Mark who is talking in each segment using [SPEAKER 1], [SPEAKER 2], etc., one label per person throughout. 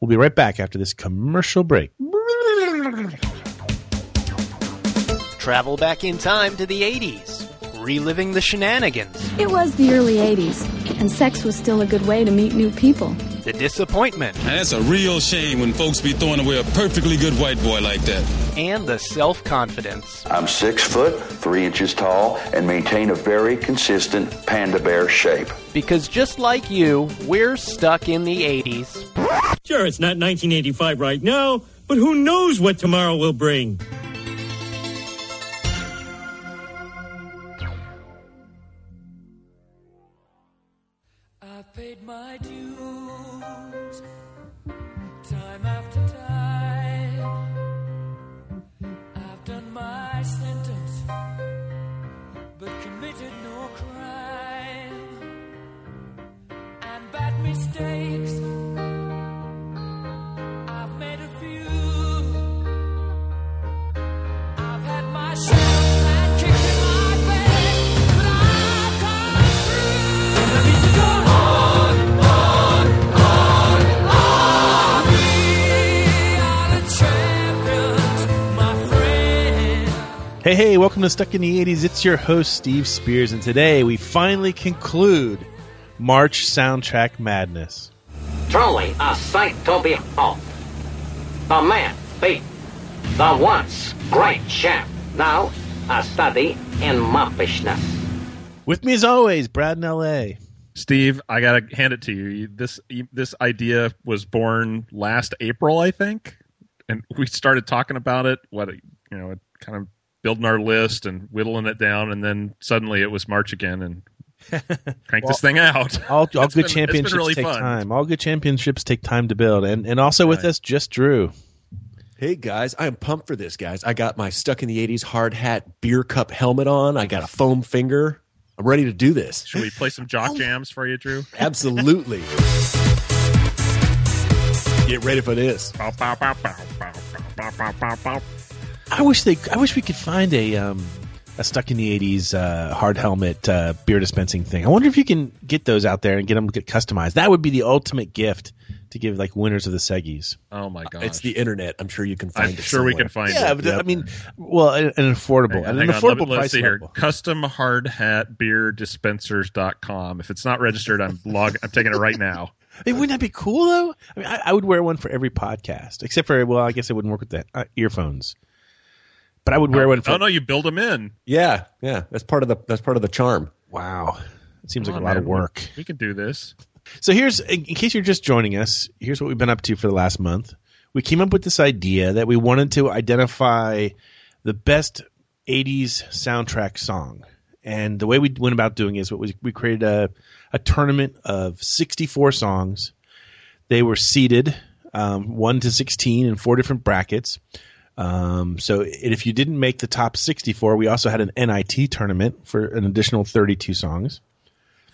[SPEAKER 1] We'll be right back after this commercial break.
[SPEAKER 2] Travel back in time to the 80s, reliving the shenanigans,
[SPEAKER 3] It was the early 80s, and sex was still a good way to meet new people.
[SPEAKER 2] the disappointment,
[SPEAKER 4] Now that's a real shame when folks be throwing away a perfectly good white boy like that.
[SPEAKER 2] and the self confidence.
[SPEAKER 5] I'm six foot, three inches tall, and maintain a very consistent panda bear shape.
[SPEAKER 2] Because just like you, we're stuck in the 80s.
[SPEAKER 6] Sure, it's not 1985 right now, but who knows what tomorrow will bring?
[SPEAKER 7] I paid my dues time after time. I've done my sentence, but committed no crime. And bad mistakes, I've made a few. I've had my shots and kicked in my bed, but I've come through. I need to go on, on, on, on. We are the champions, my friend.
[SPEAKER 1] Hey, hey, welcome to Stuck in the 80s. It's your host, Steve Spears, and today we finally conclude March Soundtrack Madness.
[SPEAKER 8] truly a sight to behold. The man beat the once great champ, now a study in moppishness.
[SPEAKER 1] With me, as always, Brad in LA.
[SPEAKER 9] Steve, I gotta hand it to you. You- This you- this idea was born last April, I think, and we started talking about it. What you know, kind of building our list and whittling it down, and then suddenly it was March again, and cranked this thing out.
[SPEAKER 1] All, all good
[SPEAKER 9] It's been- it's been
[SPEAKER 1] championships
[SPEAKER 9] really
[SPEAKER 1] take
[SPEAKER 9] fun.
[SPEAKER 1] time. All good championships take time to build. And, and also with
[SPEAKER 9] Right.
[SPEAKER 1] us, just Drew.
[SPEAKER 10] Hey guys, I am pumped for this, guys. I got my stuck in the '80s hard hat, beer cup helmet on. I got a foam finger. I'm ready to do this.
[SPEAKER 9] Should we play some jock jams for you, Drew?
[SPEAKER 10] Absolutely. Get ready for this.
[SPEAKER 9] Bow, bow, bow, bow, bow, bow, bow, bow, bow.
[SPEAKER 1] I wish they. I wish we could find a um, a stuck in the '80s uh, hard helmet uh, beer dispensing thing. I wonder if you can get those out there and get them get customized. That would be the ultimate gift to give like winners of the Seggies.
[SPEAKER 9] Oh my god!
[SPEAKER 10] It's the internet. I'm sure you can find
[SPEAKER 9] I'm
[SPEAKER 10] it.
[SPEAKER 9] sure we
[SPEAKER 10] somewhere.
[SPEAKER 9] can find
[SPEAKER 1] yeah,
[SPEAKER 9] it.
[SPEAKER 1] but I mean, well, an, an affordable,
[SPEAKER 9] Hang on,
[SPEAKER 1] at an
[SPEAKER 9] hang on. Let
[SPEAKER 1] affordable
[SPEAKER 9] me- let's
[SPEAKER 1] price
[SPEAKER 9] see here.
[SPEAKER 1] level.
[SPEAKER 9] Custom hard hat beer dispensers.com. If it's not registered, I'm log I'm taking it right now.
[SPEAKER 1] Hey, wouldn't that be cool though? I mean, I, I would wear one for every podcast, except for well, I guess it wouldn't work with the uh, earphones. But I would wear one for.
[SPEAKER 9] Oh no, you build them in.
[SPEAKER 10] Yeah, yeah. That's part of the. That's part of the charm.
[SPEAKER 1] Wow, it seems
[SPEAKER 9] Come
[SPEAKER 1] like
[SPEAKER 9] on,
[SPEAKER 1] a lot of
[SPEAKER 9] man.
[SPEAKER 1] work.
[SPEAKER 9] We can do this.
[SPEAKER 1] So here's, in in case you're just joining us, here's what we've been up to for the last month. We came up with this idea that we wanted to identify the best 80s soundtrack song. And the way we went about doing is what we, we created a, a tournament of 64 songs. They were seeded um, 1 to 16 in four different brackets. Um, so and if you didn't make the top 64, we also had an NIT tournament for an additional 32 songs.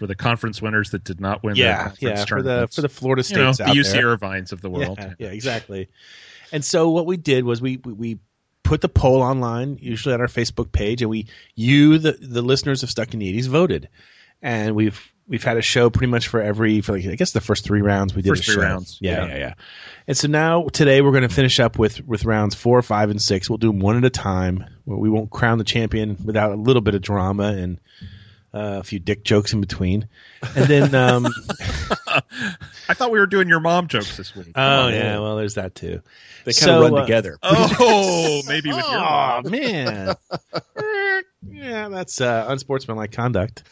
[SPEAKER 9] For the conference winners that did not win their
[SPEAKER 1] Yeah,
[SPEAKER 9] conference
[SPEAKER 1] yeah, for the
[SPEAKER 9] tournaments.
[SPEAKER 1] for the Florida
[SPEAKER 9] you know,
[SPEAKER 1] states
[SPEAKER 9] the
[SPEAKER 1] out
[SPEAKER 9] UC
[SPEAKER 1] there.
[SPEAKER 9] Irvines of the world.
[SPEAKER 1] Yeah, yeah, exactly. And so what we did was we, we we put the poll online, usually on our Facebook page, and we you the the listeners of Stuck in the Eighties voted, and we've we've had a show pretty much for every for like I guess the first three rounds we did
[SPEAKER 9] First
[SPEAKER 1] a
[SPEAKER 9] three
[SPEAKER 1] show.
[SPEAKER 9] rounds.
[SPEAKER 1] yeah,
[SPEAKER 9] Yeah.
[SPEAKER 1] yeah, yeah. And so now today we're going to finish up with with rounds four, five, and six. We'll do them one at a time. We won't crown the champion without a little bit of drama and. Uh, a few dick jokes in between, and then um,
[SPEAKER 9] I thought we were doing your mom jokes this week.
[SPEAKER 1] oh yeah, well there's that too.
[SPEAKER 10] They kind
[SPEAKER 1] So,
[SPEAKER 10] of run
[SPEAKER 1] uh,
[SPEAKER 10] together.
[SPEAKER 9] oh, maybe with your
[SPEAKER 1] Oh
[SPEAKER 9] mom.
[SPEAKER 1] man. yeah, that's uh, unsportsmanlike conduct.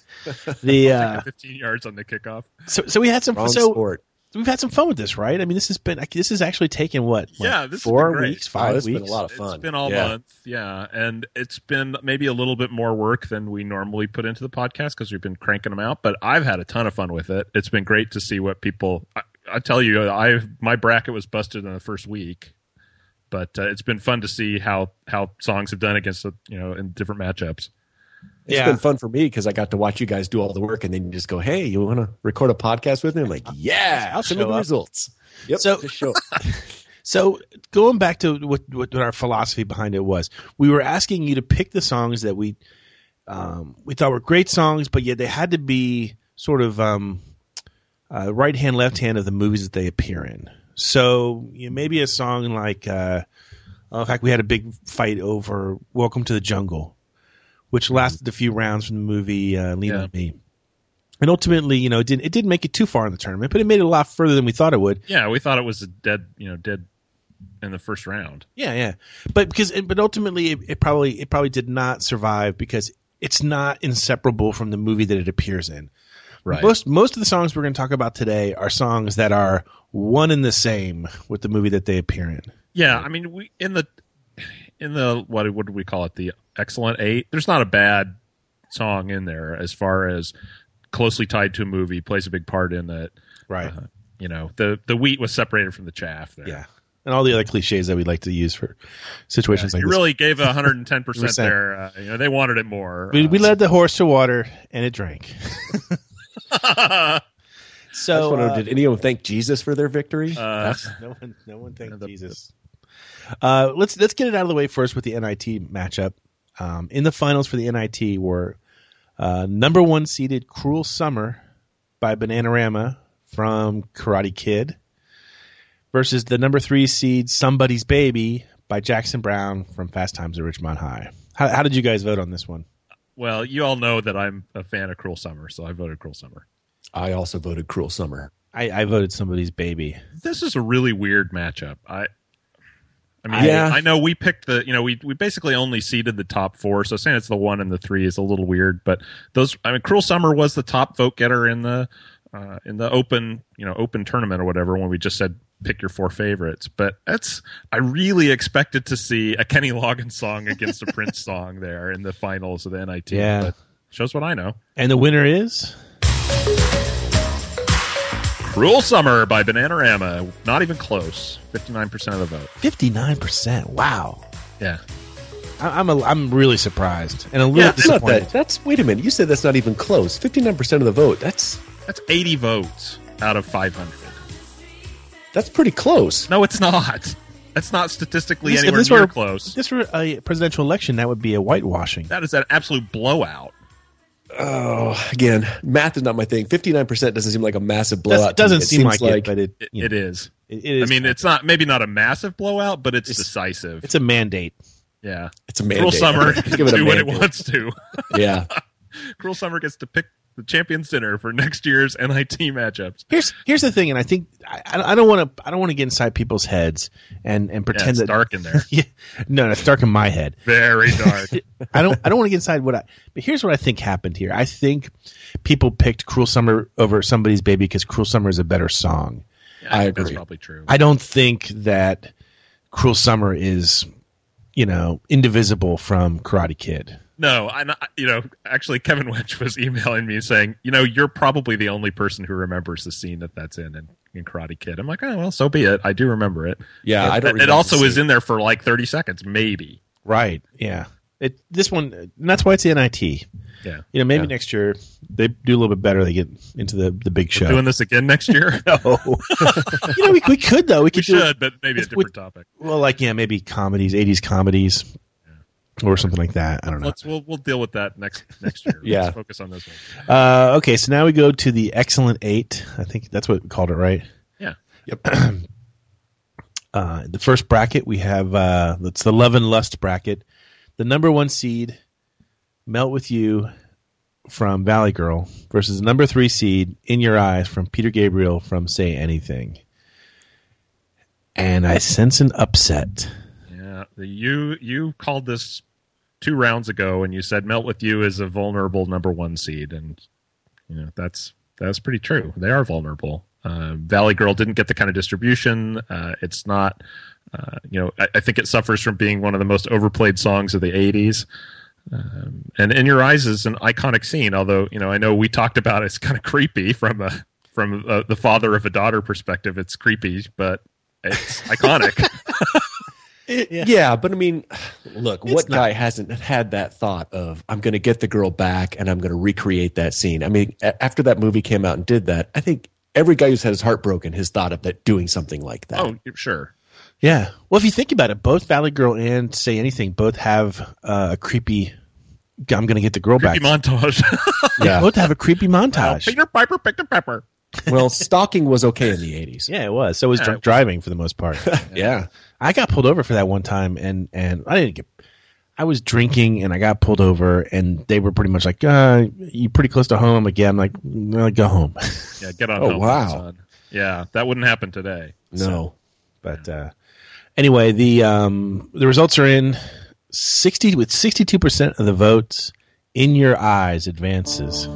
[SPEAKER 1] The uh,
[SPEAKER 9] 15 yards on the kickoff.
[SPEAKER 1] so so we had some
[SPEAKER 10] Wrong
[SPEAKER 1] so
[SPEAKER 10] sport.
[SPEAKER 1] we've had some fun with this, right? I mean, this has been like, this has actually taken what? like,
[SPEAKER 9] Yeah, this has
[SPEAKER 1] four
[SPEAKER 9] been great.
[SPEAKER 1] weeks,
[SPEAKER 10] Wow,
[SPEAKER 1] five
[SPEAKER 10] this has
[SPEAKER 1] weeks.
[SPEAKER 10] Oh, been a lot of fun.
[SPEAKER 9] It's been all
[SPEAKER 10] yeah.
[SPEAKER 9] month, yeah, and it's been maybe a little bit more work than we normally put into the podcast because we've been cranking them out. But I've had a ton of fun with it. It's been great to see what people. I, I tell you, I my bracket was busted in the first week, but uh, it's been fun to see how how songs have done against the you know in different matchups.
[SPEAKER 10] It's
[SPEAKER 1] Yeah.
[SPEAKER 10] been fun for me because I got to watch you guys do all the work, and then you just go, "Hey, you want to record a podcast with me?" I'm like, "Yeah,
[SPEAKER 1] I'll
[SPEAKER 10] I'll
[SPEAKER 1] show
[SPEAKER 10] show the
[SPEAKER 1] up."
[SPEAKER 10] results." Yep.
[SPEAKER 1] So-
[SPEAKER 10] just show up.
[SPEAKER 1] So going back to what, what what our philosophy behind it was, we were asking you to pick the songs that we um, we thought were great songs, but yet they had to be sort of um, uh, right hand, left hand of the movies that they appear in. So you know, maybe a song like, uh, oh, in fact, we had a big fight over "Welcome to the Jungle," which lasted a few rounds from the movie uh, Lean
[SPEAKER 9] Yeah.
[SPEAKER 1] on Me, and ultimately, you know, it didn't it didn't make it too far in the tournament, but it made it a lot further than we thought it would.
[SPEAKER 9] Yeah, we thought it was a dead, you know, dead in the first round.
[SPEAKER 1] Yeah, yeah, but because but ultimately, it, it probably it probably did not survive because it's not inseparable from the movie that it appears in.
[SPEAKER 9] Right.
[SPEAKER 1] Most most of the songs we're going to talk about today are songs that are one and the same with the movie that they appear in.
[SPEAKER 9] yeah, I mean, we in the in the what what do we call it? The excellent eight. There's not a bad song in there as far as closely tied to a movie, plays a big part in it.
[SPEAKER 1] Right.
[SPEAKER 9] Uh, you know, the the wheat was separated from the chaff. There.
[SPEAKER 1] Uh-huh. Yeah. And all the other cliches that we like to use for situations like
[SPEAKER 9] you
[SPEAKER 1] this.
[SPEAKER 9] really gave 110 percent
[SPEAKER 1] Percent.
[SPEAKER 9] there. Uh, you know, they wanted it more.
[SPEAKER 1] we,
[SPEAKER 9] Uh,
[SPEAKER 1] we led the horse to water and it drank.
[SPEAKER 10] I just
[SPEAKER 1] so
[SPEAKER 10] want to know,
[SPEAKER 1] uh,
[SPEAKER 10] did anyone thank Jesus for their victory?
[SPEAKER 9] uh,
[SPEAKER 1] no one no one thanked
[SPEAKER 9] the-
[SPEAKER 1] Jesus. Uh, let's let's get it out of the way first with the NIT matchup. Um, in the finals for the NIT were uh, number one seeded "Cruel Summer" by Bananarama from Karate Kid versus the number three seed "Somebody's Baby" by Jackson Brown from Fast Times at Richmond High. How, how did you guys vote on this one?
[SPEAKER 9] well, you all know that I'm a fan of Cruel Summer, so I voted Cruel Summer.
[SPEAKER 10] I also voted Cruel Summer.
[SPEAKER 1] I, I voted "Somebody's Baby."
[SPEAKER 9] This is a really weird matchup. I. I mean,
[SPEAKER 10] Yeah.
[SPEAKER 9] I know we picked the, you know, we, we basically only seeded the top four. So saying it's the one and the three is a little weird, but those, I mean, Cruel Summer was the top vote getter in the, uh, in the open, you know, open tournament or whatever when we just said pick your four favorites. But that's, I really expected to see a Kenny Loggins song against a Prince song there in the finals of the NIT.
[SPEAKER 1] Yeah.
[SPEAKER 9] But shows what I know.
[SPEAKER 1] And the winner is
[SPEAKER 9] Cruel Summer by Bananarama. Not even close. 59% of the vote.
[SPEAKER 1] fifty nine percent. Wow.
[SPEAKER 9] Yeah.
[SPEAKER 1] I- I'm a, I'm really surprised and a little
[SPEAKER 9] Yeah,
[SPEAKER 10] That's not
[SPEAKER 1] disappointed.
[SPEAKER 10] that. That's wait a minute. You said that's not even close. Fifty nine percent of the vote. That's
[SPEAKER 9] That's 80 votes out of 500.
[SPEAKER 10] that's pretty close.
[SPEAKER 9] No, it's not. That's not statistically
[SPEAKER 1] This- if
[SPEAKER 9] anywhere
[SPEAKER 1] this
[SPEAKER 9] near
[SPEAKER 1] were-
[SPEAKER 9] close.
[SPEAKER 1] If this were a presidential election, that would be a whitewashing.
[SPEAKER 9] That is an absolute blowout.
[SPEAKER 10] Oh, again, math is not my thing. Fifty nine percent doesn't seem like a massive blowout.
[SPEAKER 1] It doesn't
[SPEAKER 10] to me.
[SPEAKER 1] seem like,
[SPEAKER 10] seems
[SPEAKER 1] it, but it,
[SPEAKER 9] It,
[SPEAKER 1] you know,
[SPEAKER 9] it is.
[SPEAKER 1] it- it
[SPEAKER 9] I
[SPEAKER 1] is.
[SPEAKER 9] mean, it's not maybe not a massive blowout, but it's,
[SPEAKER 1] It's-
[SPEAKER 9] decisive.
[SPEAKER 1] it's a mandate.
[SPEAKER 9] yeah.
[SPEAKER 10] it's a mandate.
[SPEAKER 9] Cruel Summer can
[SPEAKER 10] Give it a
[SPEAKER 9] do what it
[SPEAKER 10] mandate.
[SPEAKER 9] wants to.
[SPEAKER 10] Yeah,
[SPEAKER 9] Cruel Summer gets to pick the champion center for next year's NIT matchups.
[SPEAKER 1] Here's here's the thing, and I think I, I don't want to I don't want to get inside people's heads and and
[SPEAKER 9] Yeah,
[SPEAKER 1] pretend
[SPEAKER 9] it's
[SPEAKER 1] that
[SPEAKER 9] dark in there.
[SPEAKER 1] Yeah, no, no, it's dark in my head.
[SPEAKER 9] Very dark.
[SPEAKER 1] I don't I don't want to get inside what I. But here's what I think happened here. I think people picked "Cruel Summer" over somebody's baby because "Cruel Summer" is a better song.
[SPEAKER 9] Yeah,
[SPEAKER 10] I
[SPEAKER 9] think That's
[SPEAKER 10] agree.
[SPEAKER 9] probably true.
[SPEAKER 1] I don't think that "Cruel Summer" is, you know, indivisible from Karate Kid.
[SPEAKER 9] No, I, I- you know, actually, Kevin Wench was emailing me saying, you know, you're probably the only person who remembers the scene that that's in in, in Karate Kid. I'm like, oh well, so be it. I do remember it.
[SPEAKER 10] yeah. I
[SPEAKER 9] It-
[SPEAKER 10] don't.
[SPEAKER 9] it
[SPEAKER 10] remember
[SPEAKER 9] also
[SPEAKER 10] the
[SPEAKER 9] is
[SPEAKER 10] scene.
[SPEAKER 9] in there for like 30 seconds, maybe.
[SPEAKER 1] Right. Yeah. It this one and that's why it's the NIT. You
[SPEAKER 9] Yeah,
[SPEAKER 1] know, maybe
[SPEAKER 10] Yeah.
[SPEAKER 1] next year they do a little bit better. They get into the the big show.
[SPEAKER 9] doing this again next year.
[SPEAKER 1] no. you know, we, we could though. We could
[SPEAKER 9] we
[SPEAKER 1] do it-
[SPEAKER 9] should, but maybe a
[SPEAKER 1] It's-
[SPEAKER 9] different topic.
[SPEAKER 1] well, like yeah, maybe comedies, eighties comedies, or something like that. I don't know.
[SPEAKER 9] Let's we'll we'll deal with that next next year.
[SPEAKER 10] Yeah.
[SPEAKER 9] Let's focus on this one.
[SPEAKER 1] Uh, okay, so now we go to the excellent eight. I think that's what we called it, right?
[SPEAKER 9] Yeah,
[SPEAKER 1] Uh, the first bracket we have uh, that's the love and lust bracket. The number one seed, melt with you, from Valley Girl versus the number three seed, in your eyes, from Peter Gabriel from Say Anything. And I sense an upset.
[SPEAKER 9] yeah. The, you you called this two rounds ago, and you said Melt with You is a vulnerable number one seed, and you know that's that's pretty true. They are vulnerable. Uh, Valley Girl didn't get the kind of distribution. Uh, it's not, uh, you know, I, I think it suffers from being one of the most overplayed songs of the '80s. Um, and In Your Eyes is an iconic scene, although you know I know we talked about it's kind of creepy from a from uh the father of a daughter perspective. It's creepy, but it's iconic.
[SPEAKER 10] Yeah. but I mean, look, what guy hasn't had that thought of I'm going to get the girl back and I'm going to recreate that scene? I mean, a- after that movie came out and did that, I think every guy who's had his heart broken has thought of that doing something like that.
[SPEAKER 9] oh, sure.
[SPEAKER 1] Yeah. Well, if you think about it, both Valley Girl and Say Anything both have uh, a creepy. I'm gonna get the girl
[SPEAKER 9] Creepy
[SPEAKER 1] back.
[SPEAKER 9] montage.
[SPEAKER 1] They both have a creepy montage.
[SPEAKER 9] Peter Piper picked a pepper.
[SPEAKER 10] Well, stalking was okay in the eighties.
[SPEAKER 1] Yeah, it was. So was drunk driving for the most part. yeah, I got pulled over for that one time, and and I didn't get. I was drinking, and I got pulled over, and they were pretty much like, uh, "You pretty close to home?" I'm like, "Yeah." I'm like, "No, "Go home."
[SPEAKER 9] Yeah, get on.
[SPEAKER 10] Oh,
[SPEAKER 9] home,
[SPEAKER 10] wow.
[SPEAKER 9] son. Yeah, that wouldn't happen today.
[SPEAKER 10] No.
[SPEAKER 1] But uh, anyway, the um, the results are in sixty with sixty two percent of the votes. In your eyes advances.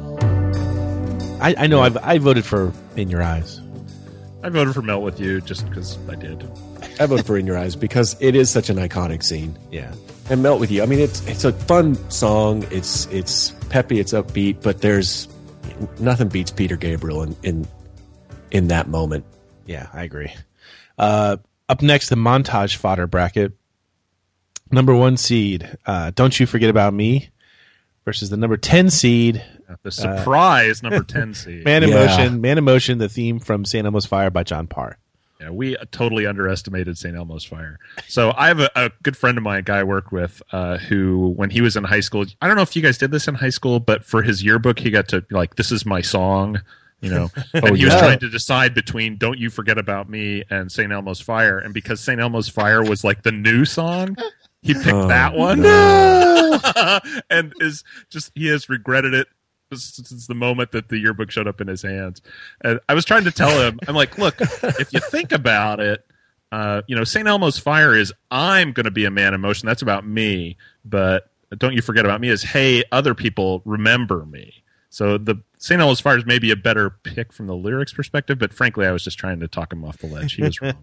[SPEAKER 1] I, I know I've I voted for in your eyes.
[SPEAKER 9] I voted for Melt with you just because I did.
[SPEAKER 10] I voted for In Your Eyes because it is such an iconic scene.
[SPEAKER 1] Yeah,
[SPEAKER 10] And Melt with You. I mean, it's it's a fun song. It's it's peppy. It's upbeat. But there's nothing beats Peter Gabriel in in, in that moment.
[SPEAKER 1] yeah, I agree. Uh, up next, the montage fodder bracket. Number one seed, uh, "Don't You Forget About Me," versus the number ten seed,
[SPEAKER 10] Uh,
[SPEAKER 9] The surprise number ten seed.
[SPEAKER 1] "Man in
[SPEAKER 10] Yeah.
[SPEAKER 1] Motion." "Man in Motion," the theme from "San Elmo's Fire" by John Parr.
[SPEAKER 9] Yeah, we totally underestimated St. Elmo's fire. So I have a, a good friend of mine, a guy I work with, uh, who when he was in high school, I don't know if you guys did this in high school, but for his yearbook, he got to be like, "This is my song," you know. and he was
[SPEAKER 10] Oh, yeah.
[SPEAKER 9] trying to decide between "Don't You Forget About Me" and "St. Elmo's Fire," and because "St. Elmo's Fire" was like the new song, he picked that one. and is just he has regretted it s- since the moment that the yearbook showed up in his hands. And I was trying to tell him, I'm like, look, if you think about it, uh, you know, St. Elmo's Fire is I'm going to be a man in motion. That's about me, but don't you forget about me. Is hey, other people remember me. So the St. Elmo's Fire is maybe a better pick from the lyrics perspective, but frankly, I was just trying to talk him off the ledge. He was wrong.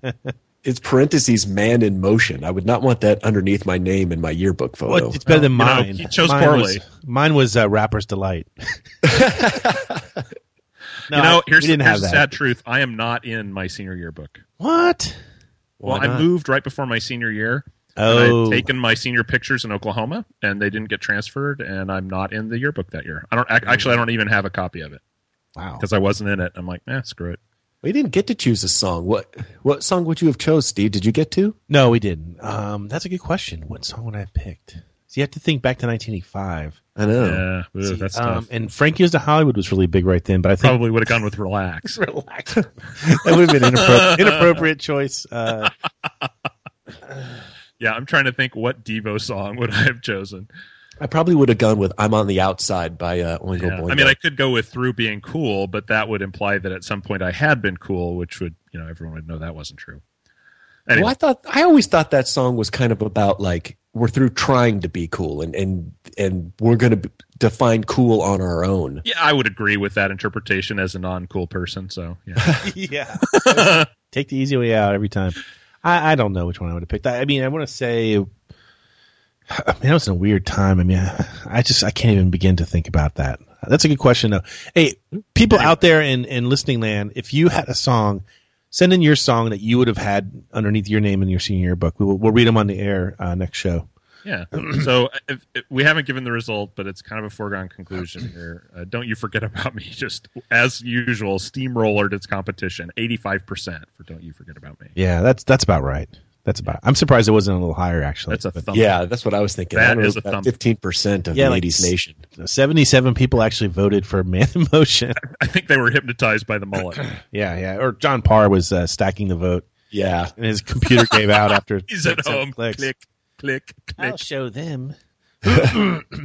[SPEAKER 10] It's parentheses Man in Motion. I would not want that underneath my name in my yearbook photo.
[SPEAKER 1] Well, it's better than
[SPEAKER 9] you know,
[SPEAKER 1] mine.
[SPEAKER 9] he chose
[SPEAKER 1] mine
[SPEAKER 9] poorly.
[SPEAKER 1] Was, mine was uh, "Rapper's Delight." no,
[SPEAKER 9] you know,
[SPEAKER 1] I-
[SPEAKER 9] here's,
[SPEAKER 1] we
[SPEAKER 9] the,
[SPEAKER 1] didn't
[SPEAKER 9] here's
[SPEAKER 1] have
[SPEAKER 9] the
[SPEAKER 1] that.
[SPEAKER 9] sad truth: I am not in my senior yearbook.
[SPEAKER 1] What?
[SPEAKER 9] Well,
[SPEAKER 1] Why
[SPEAKER 9] I
[SPEAKER 1] not?
[SPEAKER 9] moved right before my senior year. And I
[SPEAKER 1] Oh,
[SPEAKER 9] had taken my senior pictures in Oklahoma, and they didn't get transferred, and I'm not in the yearbook that year. I don't ac- actually. I don't even have a copy of it
[SPEAKER 1] wow.
[SPEAKER 9] because I wasn't in it. I'm like, eh, screw it.
[SPEAKER 10] we didn't get to choose a song. What what song would you have chose, Steve? Did you get to?
[SPEAKER 1] No, we didn't. Um, that's a good question. What song would I have picked? So you have to think back to 1985.
[SPEAKER 10] I know.
[SPEAKER 9] Yeah, ugh, Mm, that's
[SPEAKER 1] Oh. Um,
[SPEAKER 9] tough.
[SPEAKER 1] and Frankie Goes to Hollywood was really big right then, but I think
[SPEAKER 9] Probably would have gone with relax.
[SPEAKER 1] relax. that would have been inappropriate, inappropriate choice. Uh,
[SPEAKER 9] yeah, I'm trying to think what Devo song would I have chosen.
[SPEAKER 10] I probably would have gone with "I'm on the Outside" by uh, Oingo
[SPEAKER 1] Oh,
[SPEAKER 9] Yeah.
[SPEAKER 10] Boingo.
[SPEAKER 9] I mean, I could go with through being cool, but that would imply that at some point I had been cool, which would you know everyone would know that wasn't true. Anyway,
[SPEAKER 10] Well, I thought I always thought that song was kind of about like we're through trying to be cool and and and we're going to define cool on our own.
[SPEAKER 9] yeah, I would agree with that interpretation as a non-cool person. So yeah,
[SPEAKER 1] yeah. Take the easy way out every time. I, I don't know which one I would have picked. I, I mean, I want to say, I mean, that was a weird time. I mean, I just, I can't even begin to think about that. That's a good question, though. Hey, people out there in, in listening land, if you had a song, send in your song that you would have had underneath your name in your senior yearbook. We will, we'll read them on the air uh, next show.
[SPEAKER 9] yeah. so uh, if, if- we haven't given the result, but it's kind of a foregone conclusion here. Uh, don't you forget about me? Just as usual, steamrollered its competition, eighty-five percent for don't you forget about me.
[SPEAKER 1] Yeah, that's that's about right. That's about. I'm surprised it wasn't a little higher actually.
[SPEAKER 9] That's a
[SPEAKER 1] But
[SPEAKER 9] thump.
[SPEAKER 10] Yeah, that's what I was thinking.
[SPEAKER 9] That
[SPEAKER 10] I don't know,
[SPEAKER 9] is a
[SPEAKER 10] about
[SPEAKER 9] thumb.
[SPEAKER 10] 15% of
[SPEAKER 1] Yeah,
[SPEAKER 10] the
[SPEAKER 1] like
[SPEAKER 10] 80s
[SPEAKER 1] s-
[SPEAKER 10] nation.
[SPEAKER 1] 77 people actually voted for Man in Motion.
[SPEAKER 9] I think they were hypnotized by the mullet.
[SPEAKER 1] yeah, yeah. Or John Parr was uh, stacking the vote,
[SPEAKER 10] Yeah.
[SPEAKER 1] and his computer gave out after
[SPEAKER 9] He's at
[SPEAKER 1] six, seven
[SPEAKER 9] home.
[SPEAKER 1] clicks.
[SPEAKER 9] Click, click, click.
[SPEAKER 10] Oh,
[SPEAKER 1] I'll show them.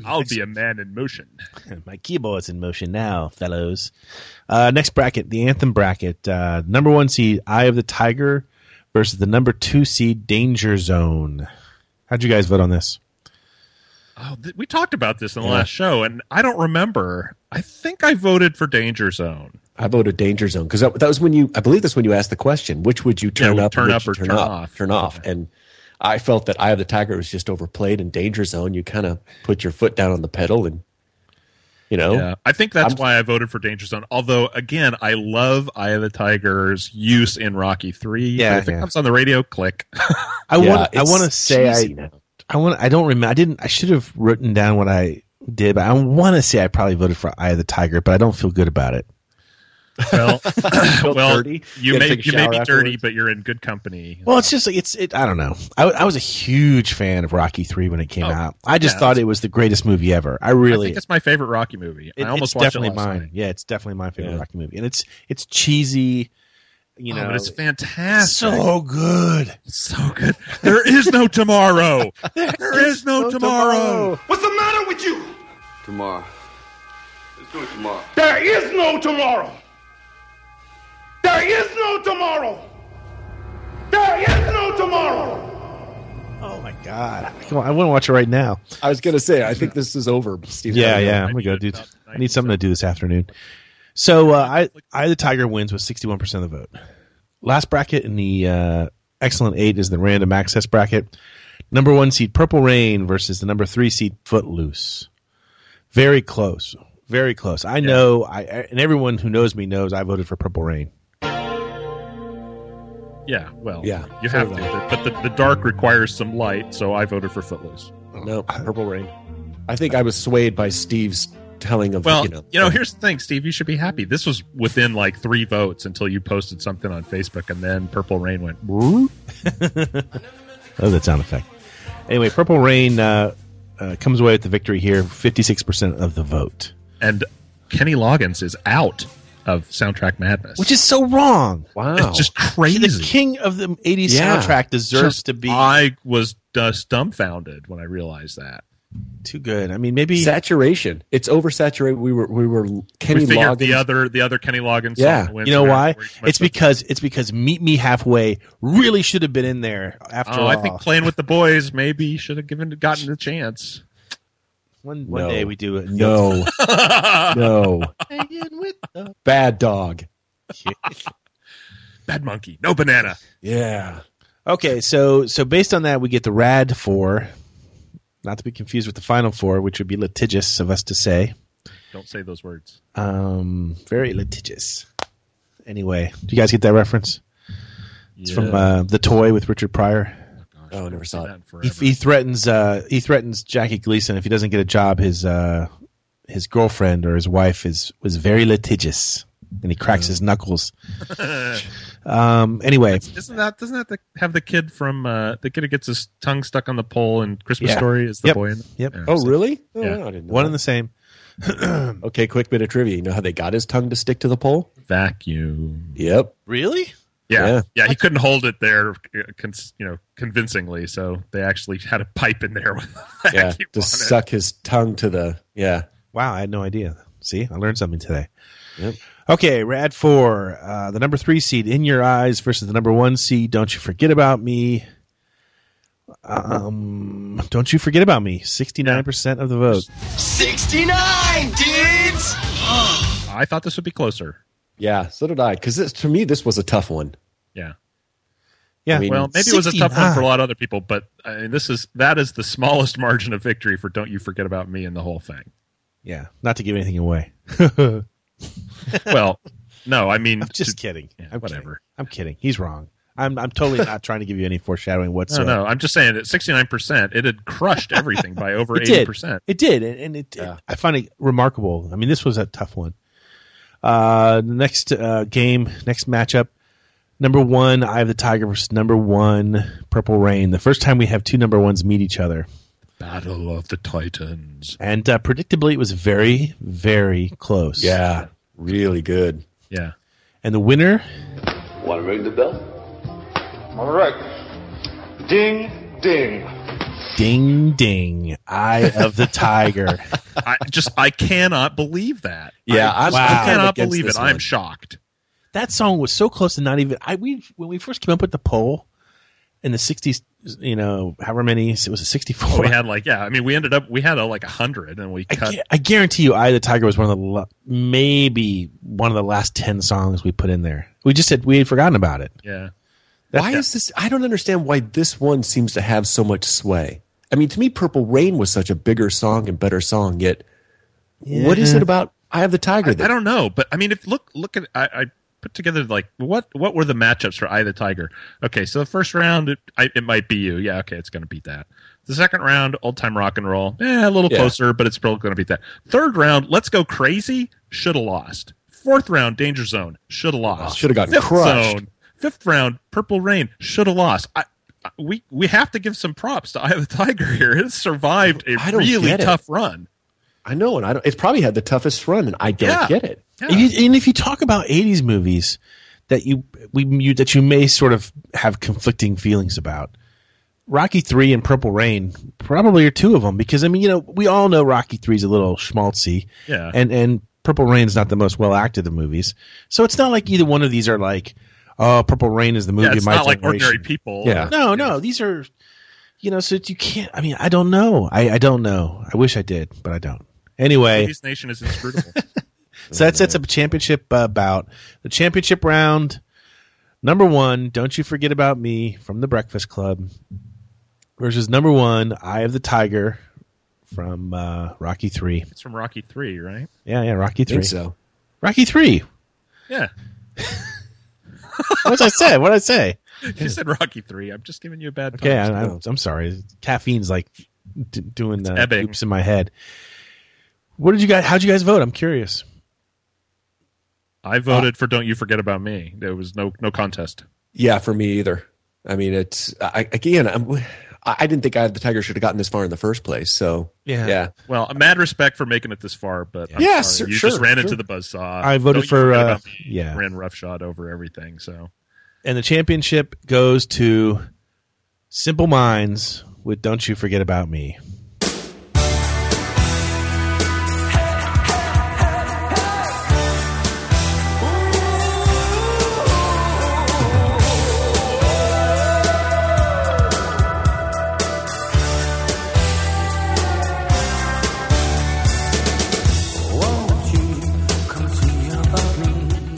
[SPEAKER 9] I'll be a man in motion.
[SPEAKER 1] My keyboard's in motion now, fellows. Uh, next bracket, the anthem bracket. Uh, number one seed, Eye of the Tiger, versus the number two seed, Danger Zone. How'd you guys vote on this?
[SPEAKER 9] Oh, th- we talked about this in the last show, and I don't remember. I think I voted for Danger Zone.
[SPEAKER 10] I voted Danger Zone because that, that was when you, I believe that's when you asked the question, which would you turn
[SPEAKER 9] would
[SPEAKER 10] up,
[SPEAKER 9] turn
[SPEAKER 10] which
[SPEAKER 9] up
[SPEAKER 10] you
[SPEAKER 9] or turn
[SPEAKER 10] up,
[SPEAKER 9] off.
[SPEAKER 10] Turn off. And I felt that Eye of the Tiger was just overplayed and Danger Zone. You kind of put your foot down on the pedal and, you know,
[SPEAKER 9] Yeah, I think that's
[SPEAKER 10] I'm-
[SPEAKER 9] why I voted for Danger Zone. Although, again, I love Eye of the Tiger's use in Rocky Three.
[SPEAKER 1] Yeah,
[SPEAKER 9] if it
[SPEAKER 1] yeah.
[SPEAKER 9] comes on the radio, click.
[SPEAKER 1] I
[SPEAKER 10] Yeah,
[SPEAKER 1] want. I
[SPEAKER 10] it's
[SPEAKER 1] want to say I.
[SPEAKER 10] cheesy now.
[SPEAKER 1] I want. I don't remember. I didn't. I should have written down what I did, but I want to say I probably voted for Eye of the Tiger, but I don't feel good about it.
[SPEAKER 9] Well,
[SPEAKER 10] Feel
[SPEAKER 9] well,
[SPEAKER 10] dirty?
[SPEAKER 9] you
[SPEAKER 10] Gotta
[SPEAKER 9] may
[SPEAKER 10] take a
[SPEAKER 9] you may
[SPEAKER 10] shower
[SPEAKER 9] be dirty,
[SPEAKER 10] afterwards?
[SPEAKER 9] but you're in good company.
[SPEAKER 1] Well, it's just like it's. It, I don't know. I, I was a huge fan of Rocky Three when it came out. I just
[SPEAKER 9] Oh, yeah,
[SPEAKER 1] thought it was the greatest movie ever. I really.
[SPEAKER 9] I think it's my favorite Rocky movie.
[SPEAKER 1] it-
[SPEAKER 9] I almost
[SPEAKER 1] it's
[SPEAKER 9] watched
[SPEAKER 1] definitely
[SPEAKER 9] it last
[SPEAKER 1] mine.
[SPEAKER 9] night.
[SPEAKER 1] Yeah, it's definitely my favorite
[SPEAKER 10] Yeah.
[SPEAKER 1] Rocky movie, and it's it's cheesy. You
[SPEAKER 9] Oh,
[SPEAKER 1] know,
[SPEAKER 9] but it's fantastic.
[SPEAKER 1] so good.
[SPEAKER 9] It's so good. There is no tomorrow. there is no tomorrow.
[SPEAKER 7] What's the matter with you?
[SPEAKER 5] Tomorrow. Let's do it tomorrow.
[SPEAKER 7] There is no tomorrow. There is no tomorrow. There is no tomorrow.
[SPEAKER 1] Oh my god! Come on, I want to watch it right now.
[SPEAKER 10] I was gonna say, I think this is over, Steve.
[SPEAKER 1] Yeah,
[SPEAKER 10] Harvey.
[SPEAKER 1] yeah. I'm gonna go do. I need something to do this afternoon. So uh, I, I the Tiger wins with 61 percent of the vote. Last bracket in the uh, excellent eight is the random access bracket. Number one seed Purple Rain versus the number three seed Footloose. Very close. Very close. I know. I and everyone who knows me knows I voted for Purple Rain.
[SPEAKER 9] Yeah, well,
[SPEAKER 10] Yeah,
[SPEAKER 9] you
[SPEAKER 10] so
[SPEAKER 9] have
[SPEAKER 10] did
[SPEAKER 9] to. But the, the dark requires some light, so I voted for Footloose.
[SPEAKER 10] No, Purple Rain. I think I was swayed by Steve's telling of
[SPEAKER 9] Well,
[SPEAKER 10] you know,
[SPEAKER 9] here's the thing, Steve. You should be happy. This was within like three votes until you posted something on Facebook, and then Purple Rain went. Woo.
[SPEAKER 1] Oh, that sound effect. Anyway, Purple Rain uh, uh, comes away with the victory here, 56 percent of the vote,
[SPEAKER 9] and Kenny Loggins is out of Soundtrack Madness,
[SPEAKER 1] which is so wrong.
[SPEAKER 10] wow.
[SPEAKER 9] it's just
[SPEAKER 1] the
[SPEAKER 9] crazy.
[SPEAKER 1] king of the 80s
[SPEAKER 10] Yeah.
[SPEAKER 1] soundtrack deserves
[SPEAKER 9] Just-
[SPEAKER 1] to be
[SPEAKER 9] I was just dumbfounded when I realized that.
[SPEAKER 1] too good. I mean, maybe
[SPEAKER 10] saturation. It's oversaturated. We were we were Kenny
[SPEAKER 9] we figured
[SPEAKER 10] Loggins.
[SPEAKER 9] the other the other Kenny Loggins.
[SPEAKER 10] Yeah.
[SPEAKER 9] song wins
[SPEAKER 1] you know
[SPEAKER 9] there,
[SPEAKER 1] why?
[SPEAKER 9] where he went
[SPEAKER 1] It's
[SPEAKER 9] to-
[SPEAKER 1] because it's because Meet Me Halfway really should have been in there after
[SPEAKER 9] Oh,
[SPEAKER 1] all.
[SPEAKER 9] I think playing with the boys maybe should have given gotten a chance.
[SPEAKER 1] one one
[SPEAKER 10] No.
[SPEAKER 1] day we do it.
[SPEAKER 10] no, no, bad dog.
[SPEAKER 9] Bad monkey, no banana.
[SPEAKER 10] Yeah,
[SPEAKER 1] Okay, so so based on that, we get the Rad Four, not to be confused with the Final Four, which would be litigious of us to say.
[SPEAKER 9] Don't say those words.
[SPEAKER 1] Um, very litigious. Anyway, do you guys get that reference? It's from uh, the toy with Richard Pryor.
[SPEAKER 10] oh, I never saw it.
[SPEAKER 9] That forever.
[SPEAKER 1] he, he threatens uh, he threatens Jackie Gleason if he doesn't get a job. His uh, his girlfriend or his wife is was very litigious, and he cracks his knuckles. um. Anyway,
[SPEAKER 9] Isn't that doesn't that the, have the kid from uh, the kid who gets his tongue stuck on the pole in Christmas
[SPEAKER 1] Yeah.
[SPEAKER 9] Story is the
[SPEAKER 1] Yep.
[SPEAKER 9] boy? In the,
[SPEAKER 1] Yep.
[SPEAKER 9] Yeah,
[SPEAKER 10] Oh,
[SPEAKER 9] so-
[SPEAKER 10] really? Oh,
[SPEAKER 9] Yeah.
[SPEAKER 10] no, I didn't know
[SPEAKER 1] one
[SPEAKER 10] that.
[SPEAKER 1] and the same.
[SPEAKER 10] Okay, quick bit of trivia. You know how they got his tongue to stick to the pole?
[SPEAKER 9] vacuum.
[SPEAKER 10] Yep.
[SPEAKER 1] Really?
[SPEAKER 9] Yeah,
[SPEAKER 10] Yeah.
[SPEAKER 9] yeah, He couldn't hold it there, uh, con- you know, convincingly. So they actually had a pipe in there with a
[SPEAKER 10] Yeah.
[SPEAKER 9] vacuum
[SPEAKER 10] To
[SPEAKER 9] on it.
[SPEAKER 10] suck his tongue to the yeah.
[SPEAKER 1] Wow, I had no idea. See, I learned something today.
[SPEAKER 10] Yep.
[SPEAKER 1] Okay, Rad Four, uh, the number three seed, In Your Eyes versus the number one seed. Don't you forget about me. Um, don't you forget about me. Sixty nine percent of the vote.
[SPEAKER 2] 69, dudes!
[SPEAKER 9] I thought this would be closer.
[SPEAKER 10] Yeah. So did I. Because to me, this was a tough one.
[SPEAKER 9] Yeah.
[SPEAKER 1] Yeah.
[SPEAKER 10] I mean,
[SPEAKER 9] Well, maybe it was a tough one for
[SPEAKER 1] 69.
[SPEAKER 9] a lot of other people, but I mean, this is that is the smallest margin of victory for "Don't You Forget About Me" and the whole thing.
[SPEAKER 1] Yeah. Not to give anything away.
[SPEAKER 9] Well, no, I mean,
[SPEAKER 1] I'm just kidding.
[SPEAKER 9] yeah,
[SPEAKER 1] I'm
[SPEAKER 9] whatever.
[SPEAKER 1] kidding. I'm kidding. He's wrong. I'm I'm totally not trying to give you any foreshadowing
[SPEAKER 9] no,
[SPEAKER 1] whatsoever.
[SPEAKER 9] no, I'm just saying that 69 percent it had crushed everything by over
[SPEAKER 1] It did.
[SPEAKER 9] 80 percent.
[SPEAKER 1] It did, and, and it,
[SPEAKER 10] Yeah.
[SPEAKER 1] I find it remarkable. I mean, this was a tough one. Uh, the next uh, game, next matchup, number one, I have the Tiger versus number one, Purple Rain. The first time we have two number ones meet each other,
[SPEAKER 9] Battle of the Titans.
[SPEAKER 1] and uh, predictably, it was very, very close.
[SPEAKER 10] Yeah. Really good.
[SPEAKER 9] Yeah.
[SPEAKER 1] and the winner,
[SPEAKER 5] Want to ring the bell?
[SPEAKER 7] All right. Ding, ding.
[SPEAKER 1] ding ding, Eye of the Tiger.
[SPEAKER 9] I just I cannot believe that.
[SPEAKER 10] Yeah,
[SPEAKER 9] I,
[SPEAKER 10] I'm-
[SPEAKER 9] I
[SPEAKER 10] I'm kind of
[SPEAKER 9] cannot
[SPEAKER 10] against
[SPEAKER 9] believe it.
[SPEAKER 10] this
[SPEAKER 9] I'm
[SPEAKER 10] one.
[SPEAKER 9] shocked.
[SPEAKER 1] that song was so close to not even I we when we first came up with the poll in the sixties, you know, however many it was a sixty four.
[SPEAKER 9] Oh, We had like yeah. I mean, we ended up we had a, like a hundred, and we
[SPEAKER 1] I,
[SPEAKER 9] cut.
[SPEAKER 1] gu- I guarantee you, "I the Tiger" was one of the la- maybe one of the last ten songs we put in there. We just said we had forgotten about it.
[SPEAKER 9] Yeah,
[SPEAKER 10] Why is this? I don't understand why this one seems to have so much sway. I mean, to me, Purple Rain was such a bigger song and better song. Yet, what is it about I Have the Tiger? That
[SPEAKER 9] I don't know, but I mean, if look look at I, I put together like what what were the matchups for I the Tiger? Okay, so the first round it, I, it might be you. Yeah, okay, it's gonna beat that. The second round, old time rock and roll, eh, a little
[SPEAKER 10] Yeah.
[SPEAKER 9] closer, but it's still gonna beat that. Third round, let's go crazy. Should have lost. Fourth round, Danger Zone. Should have lost.
[SPEAKER 10] Shoulda gotten
[SPEAKER 9] Fifth
[SPEAKER 10] crushed.
[SPEAKER 9] Zone, fifth round, Purple Rain. Should have lost. I, I- we we have to give some props to Eye of the Tiger here. It survived a
[SPEAKER 10] I don't
[SPEAKER 9] really
[SPEAKER 10] get it.
[SPEAKER 9] tough run.
[SPEAKER 10] I know, and I don't, it's probably had the toughest run, and I don't
[SPEAKER 9] Yeah.
[SPEAKER 10] get it.
[SPEAKER 9] Yeah.
[SPEAKER 1] And, you, and if you talk about '80s movies that you we you, that you may sort of have conflicting feelings about, Rocky Three and Purple Rain probably are two of them because I mean you know we all know Rocky Three is a little schmaltzy,
[SPEAKER 9] Yeah.
[SPEAKER 1] and and Purple Rain's not the most well acted of movies, so it's not like either one of these are like, oh, Purple Rain is the movie
[SPEAKER 9] Yeah,
[SPEAKER 1] of
[SPEAKER 9] it's
[SPEAKER 1] my
[SPEAKER 9] not like
[SPEAKER 1] generation.
[SPEAKER 9] ordinary people.
[SPEAKER 10] Yeah.
[SPEAKER 1] No, no, these are, you know, so you can't. I mean, I don't know. I, I don't know. I wish I did, but I don't. Anyway,
[SPEAKER 9] Ladies Nation is inscrutable.
[SPEAKER 1] so that sets up a championship uh, bout. The championship round, number one, Don't You Forget About Me from The Breakfast Club versus number one, Eye of the Tiger from uh, Rocky 3.
[SPEAKER 9] it's from Rocky Three, right?
[SPEAKER 1] Yeah, yeah, Rocky 3.
[SPEAKER 10] think so.
[SPEAKER 1] Rocky 3.
[SPEAKER 9] Yeah.
[SPEAKER 1] What did I say? What did I say?
[SPEAKER 9] You said Rocky Three. I'm just giving you a bad
[SPEAKER 1] Okay,
[SPEAKER 9] time.
[SPEAKER 1] I, I'm, I'm sorry. Caffeine's like d- doing the
[SPEAKER 9] ebbing.
[SPEAKER 1] loops in my head. What did you guys? How'd you guys vote? I'm curious.
[SPEAKER 9] I voted for Don't You Forget About Me. There was no no contest.
[SPEAKER 10] Yeah, for me either. I mean, it's I, again, I'm, I I didn't think I the Tiger should have gotten this far in the first place. So
[SPEAKER 1] Yeah.
[SPEAKER 10] yeah,
[SPEAKER 9] Well, a mad respect for making it this far, but I'm
[SPEAKER 10] Yeah,
[SPEAKER 9] sorry.
[SPEAKER 10] sure,
[SPEAKER 9] you
[SPEAKER 10] sure,
[SPEAKER 9] just ran into
[SPEAKER 10] sure.
[SPEAKER 9] the buzzsaw.
[SPEAKER 1] I voted
[SPEAKER 9] Don't You
[SPEAKER 1] for,
[SPEAKER 9] Forget
[SPEAKER 1] uh,
[SPEAKER 9] About Me
[SPEAKER 1] yeah.
[SPEAKER 9] ran roughshod over everything. So
[SPEAKER 1] And the championship goes to Simple Minds with "Don't You Forget About Me."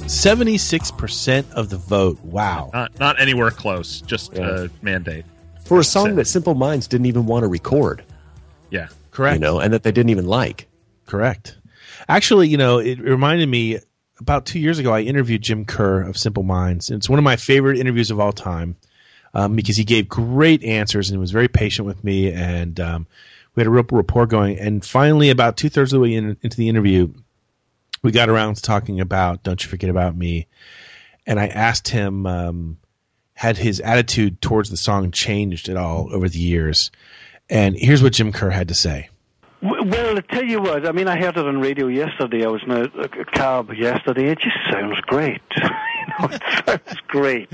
[SPEAKER 1] Seventy-six percent of the vote. Wow.
[SPEAKER 9] not not anywhere close. Just
[SPEAKER 10] Yeah.
[SPEAKER 9] a mandate.
[SPEAKER 10] for a song that Simple Minds didn't even want to record,
[SPEAKER 9] Yeah.
[SPEAKER 1] Correct.
[SPEAKER 10] you know, and that they didn't even like.
[SPEAKER 1] Correct. Actually, you know, it reminded me about two years ago, I interviewed Jim Kerr of Simple Minds. It's one of my favorite interviews of all time um, because he gave great answers and was very patient with me. And um, we had a real rapport going. And finally, about two thirds of the way in, into the interview, we got around to talking about Don't You Forget About Me. And I asked him, um, had his attitude towards the song changed at all over the years? And here's what Jim Kerr had to say.
[SPEAKER 11] W- Well, I tell you what, I mean, I heard it on radio yesterday. I was in a, a cab yesterday. It just sounds great. you know, it sounds great.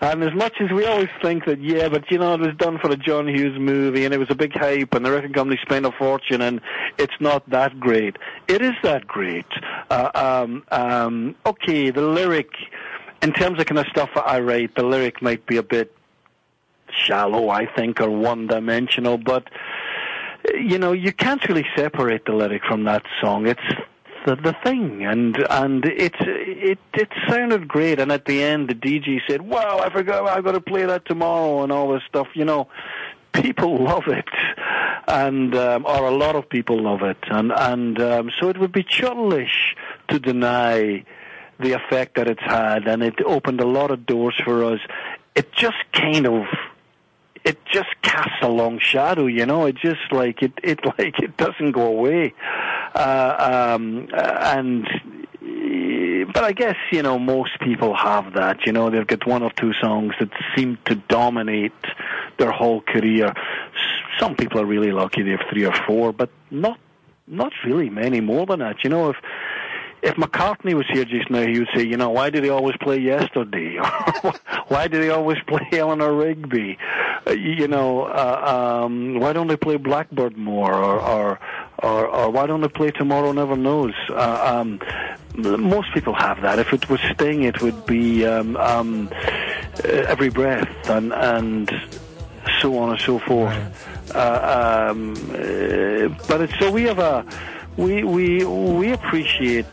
[SPEAKER 11] And as much as we always think that, yeah, but you know, it was done for a John Hughes movie and it was a big hype and the record company spent a fortune and it's not that great. It is that great. Uh, um, um, okay, the lyric, in terms of kind of stuff that I write, the lyric might be a bit shallow, I think, or one dimensional, but you know, you can't really separate the lyric from that song. It's the, the thing, and and it's it it sounded great. And at the end, the DJ said, "Wow, I forgot I've got to play that tomorrow," and all this stuff. You know, people love it, and um, or a lot of people love it, and and um, so it would be churlish to deny the effect that it's had, and it opened a lot of doors for us. It just kind of it just casts a long shadow, you know. It just like it, it like it doesn't go away. Uh, um, uh, and eh, but I guess you know most people have that. You know, they've got one or two songs that seem to dominate their whole career. S- Some people are really lucky; they have three or four, but not not really many more than that. You know, if if McCartney was here just now, he would say, you know, why do they always play yesterday? why do they always play Eleanor Rigby? Uh, you know, uh, um, why don't they play Blackbird more? Or, or, or, or why don't they play Tomorrow Never Knows? Uh, um, most people have that. If it was Sting, it would be um, um, uh, Every Breath and, and so on and so forth. Uh, um, uh, but it's, so we have a we we we appreciate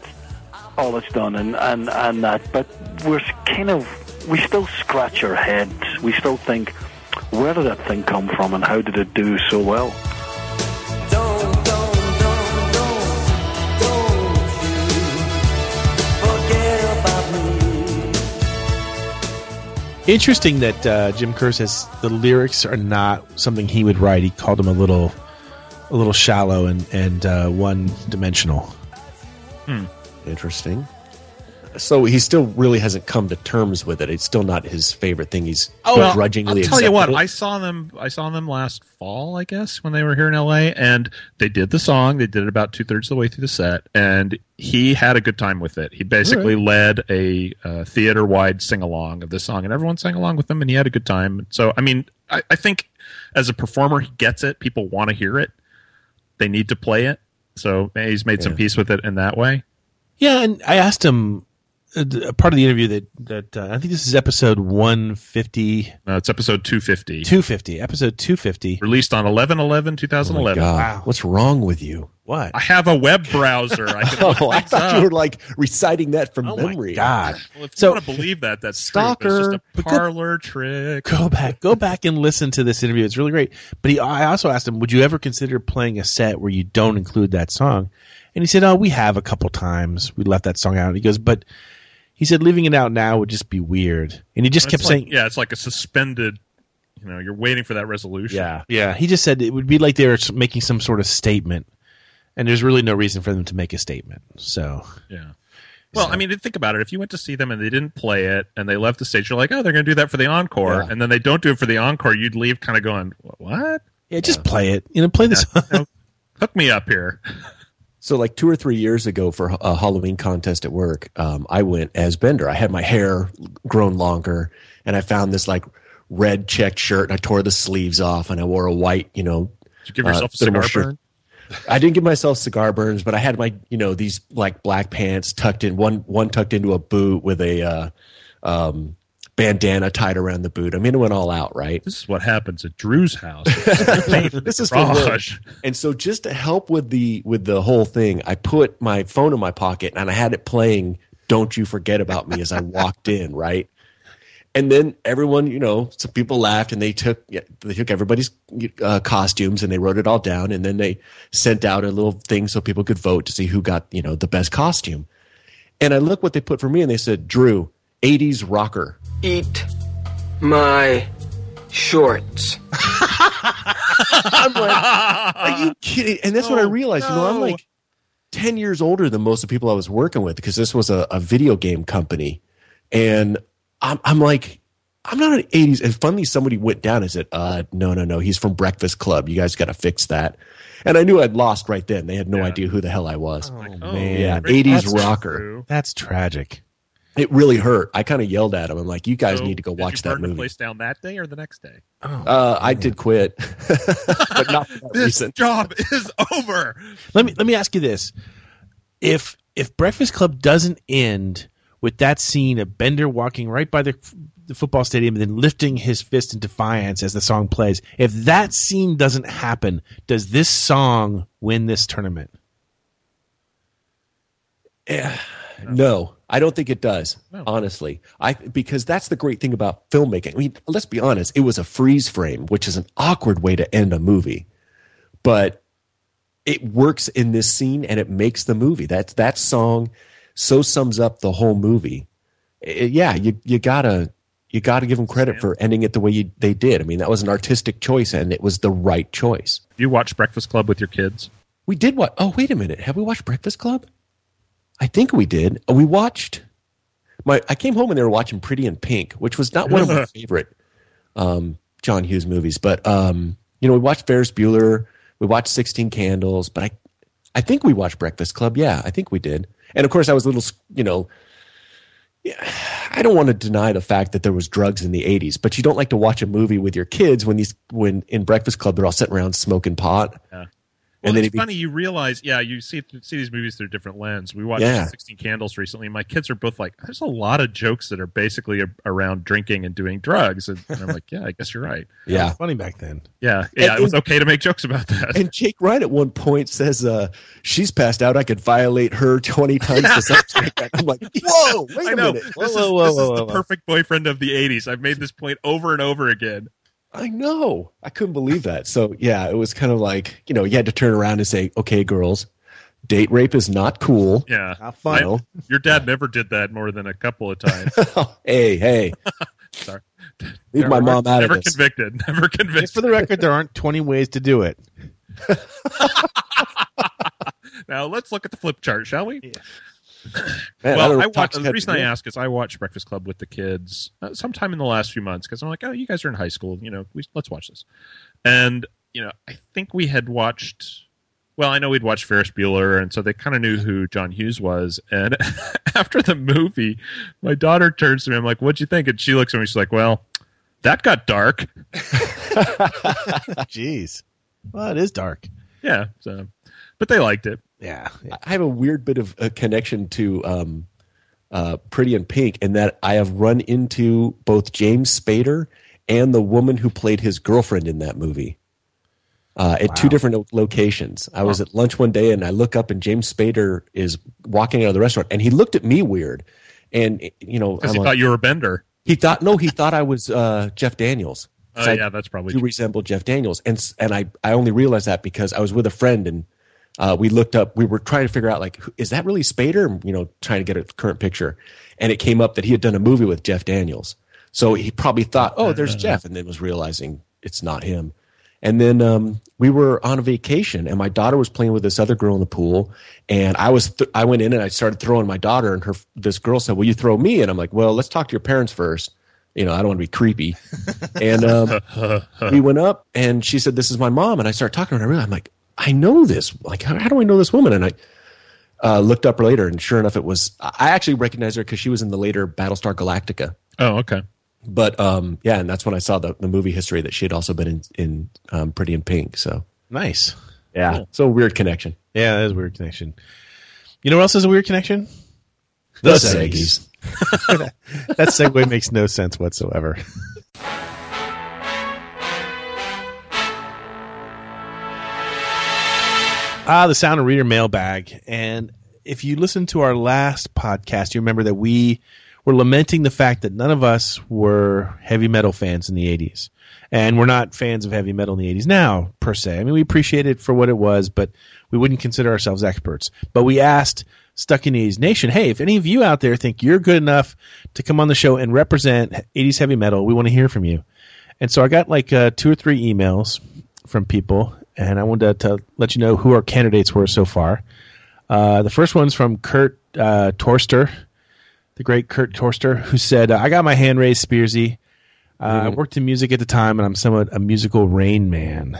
[SPEAKER 11] all that's done and, and, and that, but we're s- kind of we still scratch our heads. We still think, where did that thing come from, and how did it do so well?
[SPEAKER 1] Interesting that uh, Jim Kerr says the lyrics are not something he would write. He called them a little, a little
[SPEAKER 9] Hmm.
[SPEAKER 1] shallow and and uh, one dimensional.
[SPEAKER 10] Interesting. so he still really hasn't come to terms with it. It's still not his favorite thing. He's
[SPEAKER 9] well,
[SPEAKER 10] begrudgingly.
[SPEAKER 9] Oh, I'll tell you
[SPEAKER 10] accepted
[SPEAKER 9] what,
[SPEAKER 10] it.
[SPEAKER 9] I saw them. I saw them last fall, I guess, when they were here in L.A. And they did the song. They did it about two thirds of the way through the set, and he had a good time with it. He basically
[SPEAKER 10] All
[SPEAKER 9] led a uh, theater wide sing along of this song, and everyone sang along with him, and he had a good time. So, I mean, I, I think as a performer, he gets it. People want to hear it. They need to play it. So eh, he's made some peace with it in that way.
[SPEAKER 1] Yeah, and I asked him uh, d- a part of the interview that that uh, I think this is episode one fifty.
[SPEAKER 9] No, Uh, it's episode two fifty.
[SPEAKER 1] Two fifty. Episode two fifty.
[SPEAKER 9] Released on 11 11 2011.
[SPEAKER 10] God, what's wrong with you?
[SPEAKER 1] What?
[SPEAKER 9] I have a web browser. I can look
[SPEAKER 10] Oh, I
[SPEAKER 9] things
[SPEAKER 10] thought
[SPEAKER 9] up.
[SPEAKER 10] you were like reciting that from
[SPEAKER 1] Oh my
[SPEAKER 10] memory.
[SPEAKER 1] God.
[SPEAKER 9] Well, if you
[SPEAKER 1] So-
[SPEAKER 9] want to believe that, that's true. but
[SPEAKER 1] Stalker.
[SPEAKER 9] It's just a
[SPEAKER 1] But go-
[SPEAKER 9] parlor trick.
[SPEAKER 1] Go back, go back and listen to this interview. It's really great. But he, I also asked him, would you ever consider playing a set where you don't include that song? And he said, oh, we have a couple times. We left that song out. He goes, but he said leaving it out now would just be weird. And he just
[SPEAKER 9] It's
[SPEAKER 1] kept
[SPEAKER 9] like-
[SPEAKER 1] saying,
[SPEAKER 9] yeah, it's like a suspended. You know, you're waiting for that resolution.
[SPEAKER 10] Yeah.
[SPEAKER 1] Yeah, he just said it would be like they were s- making some sort of statement, and there's really no reason for them to make a statement. So
[SPEAKER 9] yeah. Well, I mean, think about it. If you went to see them and they didn't play it and they left the stage, you're like, oh, they're going to do that for the encore,
[SPEAKER 10] Yeah.
[SPEAKER 9] and then they don't do it for the encore, you'd leave kind of going, what?
[SPEAKER 1] yeah, just play it. You know, play this.
[SPEAKER 9] Hook me up here.
[SPEAKER 10] So, like two or three years ago, for a Halloween contest at work, um, I went as Bender. I had my hair grown longer, and I found this like red checked shirt, and I tore the sleeves off, and I wore a white, you know,
[SPEAKER 9] Did you give
[SPEAKER 10] Uh,
[SPEAKER 9] yourself a
[SPEAKER 10] bit of more
[SPEAKER 9] cigar
[SPEAKER 10] shirt.
[SPEAKER 9] burn?
[SPEAKER 10] I didn't give myself cigar burns, but I had my you know these like black pants tucked in one one tucked into a boot with a uh, um, bandana tied around the boot. I mean, it went all out, right?
[SPEAKER 9] This is what happens at Drew's house.
[SPEAKER 10] this is for work.
[SPEAKER 9] Raj.
[SPEAKER 10] And so, just to help with the with the whole thing, I put my phone in my pocket and I had it playing "Don't You Forget About Me" as I walked in, right? And then everyone, you know, some people laughed and they took yeah, they took everybody's uh, costumes and they wrote it all down and then they sent out a little thing so people could vote to see who got you know the best costume. And I look what they put for me and they said Drew, '80s rocker.
[SPEAKER 7] Eat my shorts.
[SPEAKER 10] I'm like, are
[SPEAKER 9] Uh,
[SPEAKER 10] you kidding? And that's what I realized. You know, I'm like 10 years older than most of the people I was working with because this was a, a video game company. And I'm, I'm like, I'm not an 80s. And finally, somebody went down and said, uh, no, no, no. He's from Breakfast Club. You guys got to fix that. And I knew I'd lost right then. They had no
[SPEAKER 9] Yeah.
[SPEAKER 10] idea who the hell I was.
[SPEAKER 9] Oh,
[SPEAKER 1] man.
[SPEAKER 10] yeah,
[SPEAKER 9] great.
[SPEAKER 10] 80s
[SPEAKER 9] That's
[SPEAKER 10] rocker.
[SPEAKER 9] true.
[SPEAKER 1] That's tragic.
[SPEAKER 10] It really hurt. I kind of yelled at him. I'm like, you guys
[SPEAKER 9] So,
[SPEAKER 10] need to go
[SPEAKER 9] did you
[SPEAKER 10] watch that
[SPEAKER 9] burn the
[SPEAKER 10] movie.
[SPEAKER 9] place down that day or the next day?
[SPEAKER 10] Uh, I did quit, but not for that
[SPEAKER 9] This
[SPEAKER 10] reason.
[SPEAKER 9] job is over.
[SPEAKER 1] Let me let me ask you this: if if Breakfast Club doesn't end with that scene of Bender walking right by the f- the football stadium and then lifting his fist in defiance as the song plays, if that scene doesn't happen, does this song win this tournament?
[SPEAKER 10] No, I don't think it does.
[SPEAKER 9] No.
[SPEAKER 10] Honestly, I because that's the great thing about filmmaking. I mean, let's be honest. It was a freeze frame, which is an awkward way to end a movie, but it works in this scene and it makes the movie. That that song so sums up the whole movie. I- yeah, you you gotta you gotta give them credit for ending it the way you, they did. I mean, that was an artistic choice and it was the right choice.
[SPEAKER 9] You watch Breakfast Club with your kids?
[SPEAKER 10] We did what? Oh, wait a minute. Have we watched Breakfast Club? I think we did. We watched. My I came home and they were watching Pretty in Pink, which was not one of my favorite um, John Hughes movies. But um, you know, we watched Ferris Bueller, we watched Sixteen Candles, but I, I think we watched Breakfast Club. Yeah, I think we did. And of course, I was a little, s- you know, yeah, I don't want to deny the fact that there was drugs in the '80s, but you don't like to watch a movie with your kids when these when in Breakfast Club they're all sitting around smoking pot.
[SPEAKER 9] Yeah. Well,
[SPEAKER 10] And then
[SPEAKER 9] it's
[SPEAKER 10] it'd be-
[SPEAKER 9] funny you realize, yeah, you see see these movies through a different lens. We watched
[SPEAKER 10] Yeah.
[SPEAKER 9] Sixteen Candles recently. and My kids are both like, "There's a lot of jokes that are basically a, around drinking and doing drugs," and, and I'm like, "Yeah, I guess you're right.
[SPEAKER 1] That
[SPEAKER 10] yeah,
[SPEAKER 1] was funny back then.
[SPEAKER 9] Yeah, yeah,
[SPEAKER 10] And-
[SPEAKER 9] it was okay to make jokes about that."
[SPEAKER 10] And Jake Ryan at one point says, uh, "She's passed out. I could violate her twenty times." to something." I'm like, "Whoa, wait
[SPEAKER 9] I
[SPEAKER 10] a
[SPEAKER 9] know
[SPEAKER 10] minute!
[SPEAKER 9] this, is,
[SPEAKER 1] whoa, whoa,
[SPEAKER 9] this is
[SPEAKER 1] whoa,
[SPEAKER 9] the
[SPEAKER 1] whoa.
[SPEAKER 9] perfect boyfriend of the '80s. I've made this point over and over again.
[SPEAKER 10] I know. I couldn't believe that." So yeah, it was kind of like you know you had to turn around and say, "Okay, girls, date rape is not cool."
[SPEAKER 9] Yeah,
[SPEAKER 1] Not
[SPEAKER 10] You
[SPEAKER 1] fun.
[SPEAKER 10] know?
[SPEAKER 9] your dad never did that more than a couple of times.
[SPEAKER 10] hey, hey,
[SPEAKER 9] Sorry.
[SPEAKER 10] leave my
[SPEAKER 9] Never-
[SPEAKER 10] mom out of
[SPEAKER 9] Never
[SPEAKER 10] this.
[SPEAKER 9] convicted. Never convicted.
[SPEAKER 1] For the record, there aren't 20 ways to do it.
[SPEAKER 9] Now let's look at the flip chart, shall we?
[SPEAKER 1] Man, I
[SPEAKER 9] well,
[SPEAKER 1] don't
[SPEAKER 9] I
[SPEAKER 1] know,
[SPEAKER 9] watch,
[SPEAKER 1] Talks
[SPEAKER 9] the
[SPEAKER 1] had-
[SPEAKER 9] reason I ask is I watched Breakfast Club with the kids uh, sometime in the last few months because I'm like, oh, you guys are in high school, you know, we, let's watch this. And you know, I think we had watched. Well, I know we'd watched Ferris Bueller, and so they kind of knew who John Hughes was. And after the movie, my daughter turns to me. I'm like, "What'd you think?" And she looks at me. She's like, "Well, that got dark."
[SPEAKER 10] Jeez, well, it is dark.
[SPEAKER 9] Yeah. So, but they liked it.
[SPEAKER 10] Yeah.
[SPEAKER 1] I have a weird bit of a connection to um, uh, Pretty in Pink in that I have run into both James Spader and the woman who played his girlfriend in that movie uh, at two different lo- locations. I was at lunch one day and I look up and James Spader is walking out of the restaurant and he looked at me weird. And, you know,
[SPEAKER 9] Because
[SPEAKER 1] I'm
[SPEAKER 9] he
[SPEAKER 1] like-
[SPEAKER 9] thought you were Bender.
[SPEAKER 1] he thought no, he thought I was uh, Jeff Daniels.
[SPEAKER 9] Oh,
[SPEAKER 1] So I
[SPEAKER 9] yeah, that's probably
[SPEAKER 1] do
[SPEAKER 9] true.
[SPEAKER 1] resemble Jeff Daniels, and s- and I I only realized that because I was with a friend and uh, we looked up. We were trying to figure out like who- is that really Spader? You know, trying to get a current picture, and it came up that he had done a movie with Jeff Daniels. So he probably thought, oh, there's Jeff, and then was realizing it's not him. And then um, we were on a vacation, and my daughter was playing with this other girl in the pool. And I was th- I went in and I started throwing my daughter, and her this girl said, "Will you throw me?" And I'm like, "Well, let's talk to your parents first. You know, I don't want to be creepy." and um, we went up, and she said, "This is my mom." And I started talking to her, and I realized, I'm like, "I know this. Like, how, how do I know this woman?" And I uh, looked up later, and sure enough, it was. I actually recognized her because she was in the later Battlestar Galactica
[SPEAKER 9] Oh, okay.
[SPEAKER 1] but um, yeah, and that's when I saw the, the movie history that she had also been in, in um, Pretty in Pink. So
[SPEAKER 10] Nice.
[SPEAKER 1] yeah, so weird connection.
[SPEAKER 10] Yeah, that is a weird connection. You know what else is a weird connection?
[SPEAKER 1] The
[SPEAKER 10] Seggies. that segue makes no sense whatsoever. ah, the sound of reader mailbag. And if you listen to our last podcast, you remember that we were lamenting the fact that none of us were heavy metal fans in the 80s. And we're not fans of heavy metal in the 80s now, per se. I mean, we appreciate it for what it was, but we wouldn't consider ourselves experts. But we asked Stuck in the 80s Nation, hey, if any of you out there think you're good enough to come on the show and represent 80s heavy metal, we want to hear from you. And so I got like uh, two or three emails from people, and I wanted to, to let you know who our candidates were so far. Uh, the first one's from Kurt uh, Torster, the great Kurt Torster, who said, I got my hand raised, Spearsy. Uh, I worked in music at the time, and I'm somewhat a musical rain man.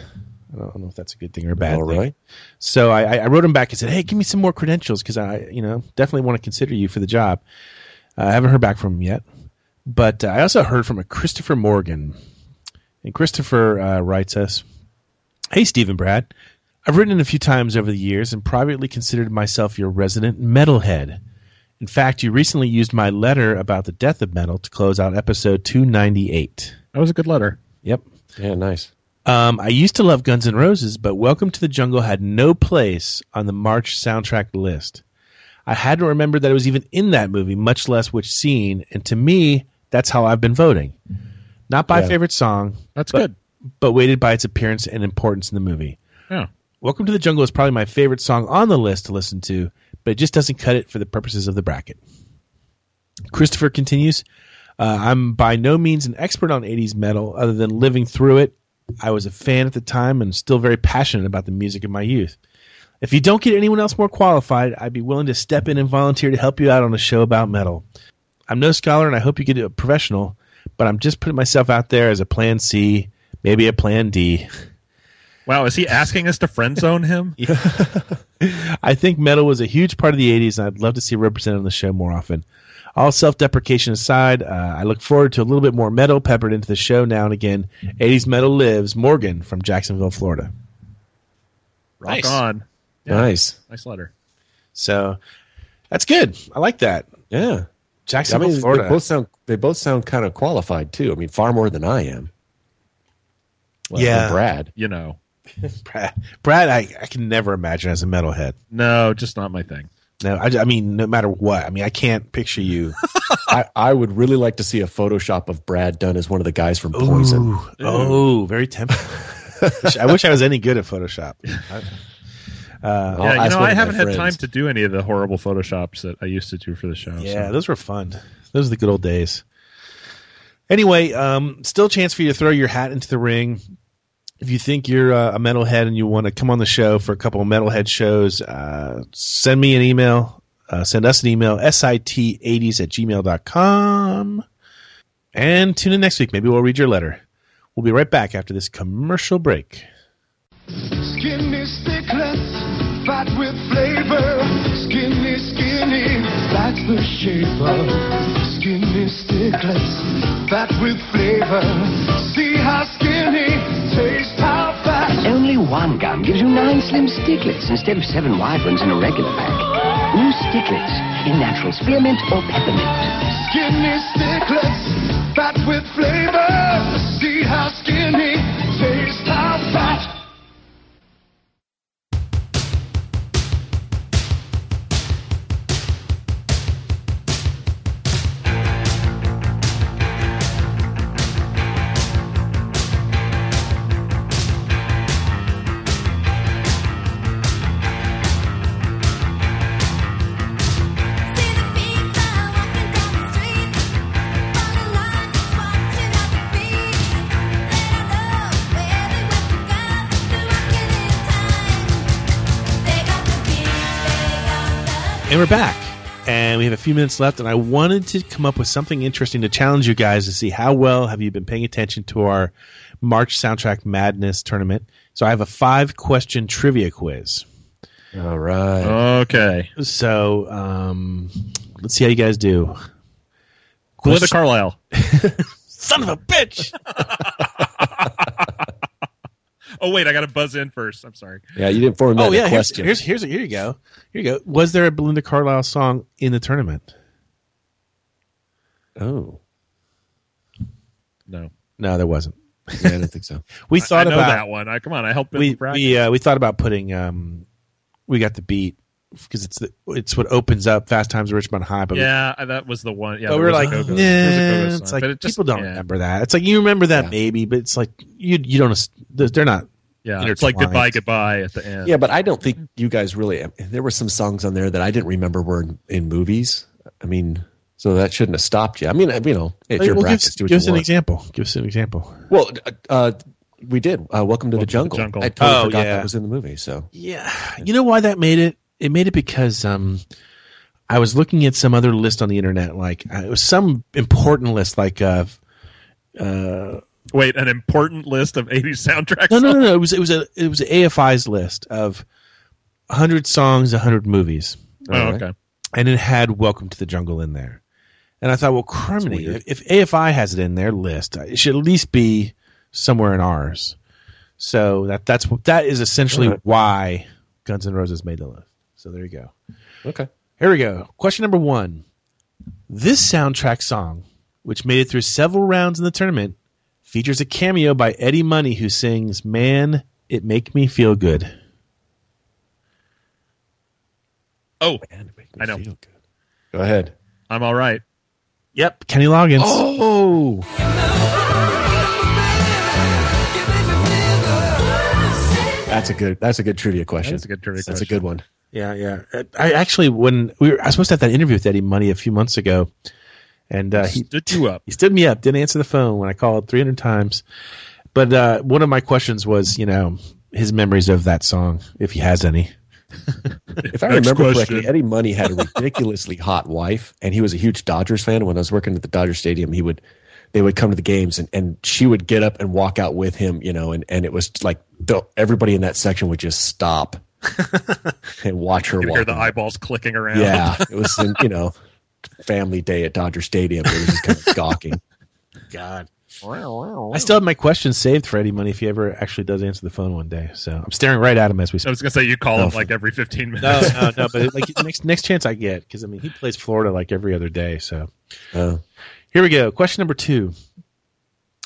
[SPEAKER 10] I don't know if that's a good thing or a bad
[SPEAKER 1] All
[SPEAKER 10] thing.
[SPEAKER 1] right.
[SPEAKER 10] So I, I- I wrote him back and said, "Hey, give me some more credentials because I, you know, definitely want to consider you for the job." Uh, I haven't heard back from him yet, but uh, I also heard from a Christopher Morgan, and Christopher uh, writes us, "Hey, Stephen Brad, I've written in a few times over the years and privately considered myself your resident metalhead. In fact, you recently used my letter about the death of metal to close out episode 298.
[SPEAKER 9] That was a good letter.
[SPEAKER 10] Yep."
[SPEAKER 1] Yeah, nice.
[SPEAKER 10] Um, I used to love Guns N' Roses, but Welcome to the Jungle had no place on the March soundtrack list. I hadn't remembered that it was even in that movie, much less which scene, and to me, that's how I've been voting. Not by
[SPEAKER 1] Yeah.
[SPEAKER 10] favorite song,
[SPEAKER 9] That's
[SPEAKER 10] but,
[SPEAKER 9] good.
[SPEAKER 10] but weighted by its appearance and importance in the movie.
[SPEAKER 9] Yeah.
[SPEAKER 10] Welcome to the Jungle is probably my favorite song on the list to listen to, but it just doesn't cut it for the purposes of the bracket. Christopher continues uh, I'm by no means an expert on 80s metal other than living through it. I was a fan at the time and still very passionate about the music of my youth. If you don't get anyone else more qualified, I'd be willing to step in and volunteer to help you out on a show about metal. I'm no scholar and I hope you get a professional, but I'm just putting myself out there as a plan C, maybe a plan D.
[SPEAKER 9] Wow, is he asking us to friend zone him?
[SPEAKER 10] I think metal was a huge part of the 80s, and I'd love to see it represented on the show more often. All self deprecation aside, uh, I look forward to a little bit more metal peppered into the show now and again. 80s Metal Lives, Morgan from Jacksonville, Florida.
[SPEAKER 9] Rock
[SPEAKER 10] Nice.
[SPEAKER 9] on.
[SPEAKER 1] Nice.
[SPEAKER 9] Nice letter.
[SPEAKER 10] So that's good. I like that.
[SPEAKER 1] Yeah. I
[SPEAKER 10] Jacksonville,
[SPEAKER 1] mean, they
[SPEAKER 10] Florida.
[SPEAKER 1] both sound they both sound kind of qualified too. I mean, far more than I am. Well,
[SPEAKER 10] Yeah.
[SPEAKER 1] than Brad.
[SPEAKER 9] You know.
[SPEAKER 10] Brad, Brad I, I can never imagine as a metalhead.
[SPEAKER 9] No, just not my thing.
[SPEAKER 10] No, I, I mean, no matter what. I mean, I can't picture you.
[SPEAKER 1] I, I would really like to see a Photoshop of Brad done as one of the guys from Poison.
[SPEAKER 10] Ooh. Oh, very tempting. Wish- I wish I was any good at Photoshop.
[SPEAKER 1] I'll
[SPEAKER 9] yeah, you
[SPEAKER 1] ask
[SPEAKER 9] know,
[SPEAKER 1] one of
[SPEAKER 9] I
[SPEAKER 1] my
[SPEAKER 9] haven't had
[SPEAKER 1] friends.
[SPEAKER 9] time to do any of the horrible photoshops that I used to do for the show.
[SPEAKER 10] Yeah,
[SPEAKER 9] so.
[SPEAKER 10] those were fun. Those are the good old days. Anyway, um, still a chance for you to throw your hat into the ring. If you think you're uh, a metalhead and you want to come on the show for a couple of metalhead shows, uh, send me an email, Uh, send us an email, sit80s at gmail.com. And tune in next week. Maybe we'll read your letter. We'll be right back after this commercial break.
[SPEAKER 7] Skinny stickless, fat with flavor. Skinny, skinny, that's the shape of skinny stickless, fat with flavor. See how skinny, taste how fat.
[SPEAKER 12] Only one gum gives you nine slim sticklets instead of seven wide ones in a regular pack. New sticklets in natural spearmint or peppermint.
[SPEAKER 7] Skinny stickless, fat with flavor. See how skinny, taste how fat.
[SPEAKER 10] And we're back. And we have a few minutes left, and I wanted to come up with something interesting to challenge you guys to see how well have you been paying attention to our March Soundtrack Madness tournament. So I have a five question trivia quiz. All right.
[SPEAKER 9] Okay.
[SPEAKER 10] So um, let's see how you guys do.
[SPEAKER 9] Glenda Carlisle.
[SPEAKER 10] Son of a bitch.
[SPEAKER 9] oh wait, I got to buzz in first. I'm sorry.
[SPEAKER 1] Yeah, you didn't form that
[SPEAKER 10] oh yeah,
[SPEAKER 1] in
[SPEAKER 10] here's,
[SPEAKER 1] question.
[SPEAKER 10] here's here's here you go. Here you go. Was there a Belinda Carlisle song in the tournament?
[SPEAKER 1] Oh
[SPEAKER 9] No,
[SPEAKER 10] no, there wasn't.
[SPEAKER 1] Yeah, I don't think so.
[SPEAKER 10] we
[SPEAKER 9] I-
[SPEAKER 10] thought
[SPEAKER 9] I know
[SPEAKER 10] about
[SPEAKER 9] that one. I come on, I helped.
[SPEAKER 10] we we uh, we thought about putting um, we got the beat because it's the it's what opens up Fast Times at Richmond High, but we-
[SPEAKER 9] yeah, I- that was the one. Yeah,
[SPEAKER 10] uh, but
[SPEAKER 9] there
[SPEAKER 10] we were
[SPEAKER 9] was a
[SPEAKER 10] like,
[SPEAKER 9] go-go- there was
[SPEAKER 10] yeah,
[SPEAKER 9] a go-go
[SPEAKER 10] it's
[SPEAKER 9] song,
[SPEAKER 10] like
[SPEAKER 9] but it just-
[SPEAKER 10] people don't
[SPEAKER 9] yeah.
[SPEAKER 10] remember that. It's like you remember that maybe, but it's like you you don't. as- They're not.
[SPEAKER 9] Yeah, it's like goodbye,
[SPEAKER 10] intertwined.
[SPEAKER 9] goodbye at the end.
[SPEAKER 1] Yeah, but I don't think you guys really. There were some songs on there that I didn't remember were in, in movies. I mean, so that shouldn't have stopped you. I mean, I- you know, if
[SPEAKER 10] Like,
[SPEAKER 1] you're
[SPEAKER 10] well, give
[SPEAKER 1] practiced,
[SPEAKER 10] us-
[SPEAKER 1] do what
[SPEAKER 10] give
[SPEAKER 1] you
[SPEAKER 10] us an
[SPEAKER 1] want.
[SPEAKER 10] example. Give us an example.
[SPEAKER 1] Well, uh, uh, we did. Uh, Welcome to the jungle.
[SPEAKER 10] Jungle.
[SPEAKER 1] I totally
[SPEAKER 10] Oh,
[SPEAKER 1] forgot
[SPEAKER 10] yeah.
[SPEAKER 1] that was in the movie. So
[SPEAKER 10] Yeah. You know why that made it? It made it because um, I was looking at some other list on the internet, like uh, it was some important list, like uh, uh,
[SPEAKER 9] Wait, an important list of 80s soundtracks.
[SPEAKER 10] no, no, no, no. It was it was a it was AFI's list of hundred songs, hundred movies.
[SPEAKER 9] Oh, Alright. okay.
[SPEAKER 10] And it had "Welcome to the Jungle" in there, and I thought, well, criminy,
[SPEAKER 9] weird.
[SPEAKER 10] if, if AFI has it in their list, it should at least be somewhere in ours. So that that's that is essentially
[SPEAKER 1] Alright.
[SPEAKER 10] why Guns N' Roses made the list. So there you go.
[SPEAKER 1] okay,
[SPEAKER 10] Here we go. Question number one. This soundtrack song, which made it through several rounds in the tournament, features a cameo by Eddie Money who sings Man, It Make Me Feel Good.
[SPEAKER 9] Oh, I know.
[SPEAKER 1] go ahead.
[SPEAKER 9] I'm all right.
[SPEAKER 10] Yep, Kenny Loggins.
[SPEAKER 1] Oh, that's a good. That's a good trivia question.
[SPEAKER 9] That's a good trivia
[SPEAKER 1] That's a
[SPEAKER 9] question.
[SPEAKER 1] good one.
[SPEAKER 10] Yeah, yeah. I actually when we were I was supposed to have that interview with Eddie Money a few months ago and uh, he
[SPEAKER 9] Stood you up.
[SPEAKER 10] He stood me up, didn't answer the phone when I called 300 times. But uh, one of my questions was, you know, his memories of that song, if he has any.
[SPEAKER 1] If I
[SPEAKER 9] Next
[SPEAKER 1] remember correctly,
[SPEAKER 9] question.
[SPEAKER 1] Eddie Money had a ridiculously hot wife, and he was a huge Dodgers fan. When I was working at the Dodger Stadium, he would they would come to the games, and, and she would get up and walk out with him, you know, and, and it was like the, everybody in that section would just stop and watch her
[SPEAKER 9] You
[SPEAKER 1] walk.
[SPEAKER 9] hear the
[SPEAKER 1] out.
[SPEAKER 9] eyeballs clicking around.
[SPEAKER 1] yeah, it was in, you know family day at Dodger Stadium. It was just kind of gawking.
[SPEAKER 10] God. I still have my questions saved for Eddie Money if he ever actually does answer the phone one day. So I'm staring right at him as we
[SPEAKER 9] I
[SPEAKER 10] speak.
[SPEAKER 9] was gonna say you call
[SPEAKER 10] No.
[SPEAKER 9] him like every 15 minutes.
[SPEAKER 10] Oh. No, no, no. But like next next chance I get because I mean he plays Florida like every other day. So
[SPEAKER 1] Uh,
[SPEAKER 10] Oh. here we go. Question number two: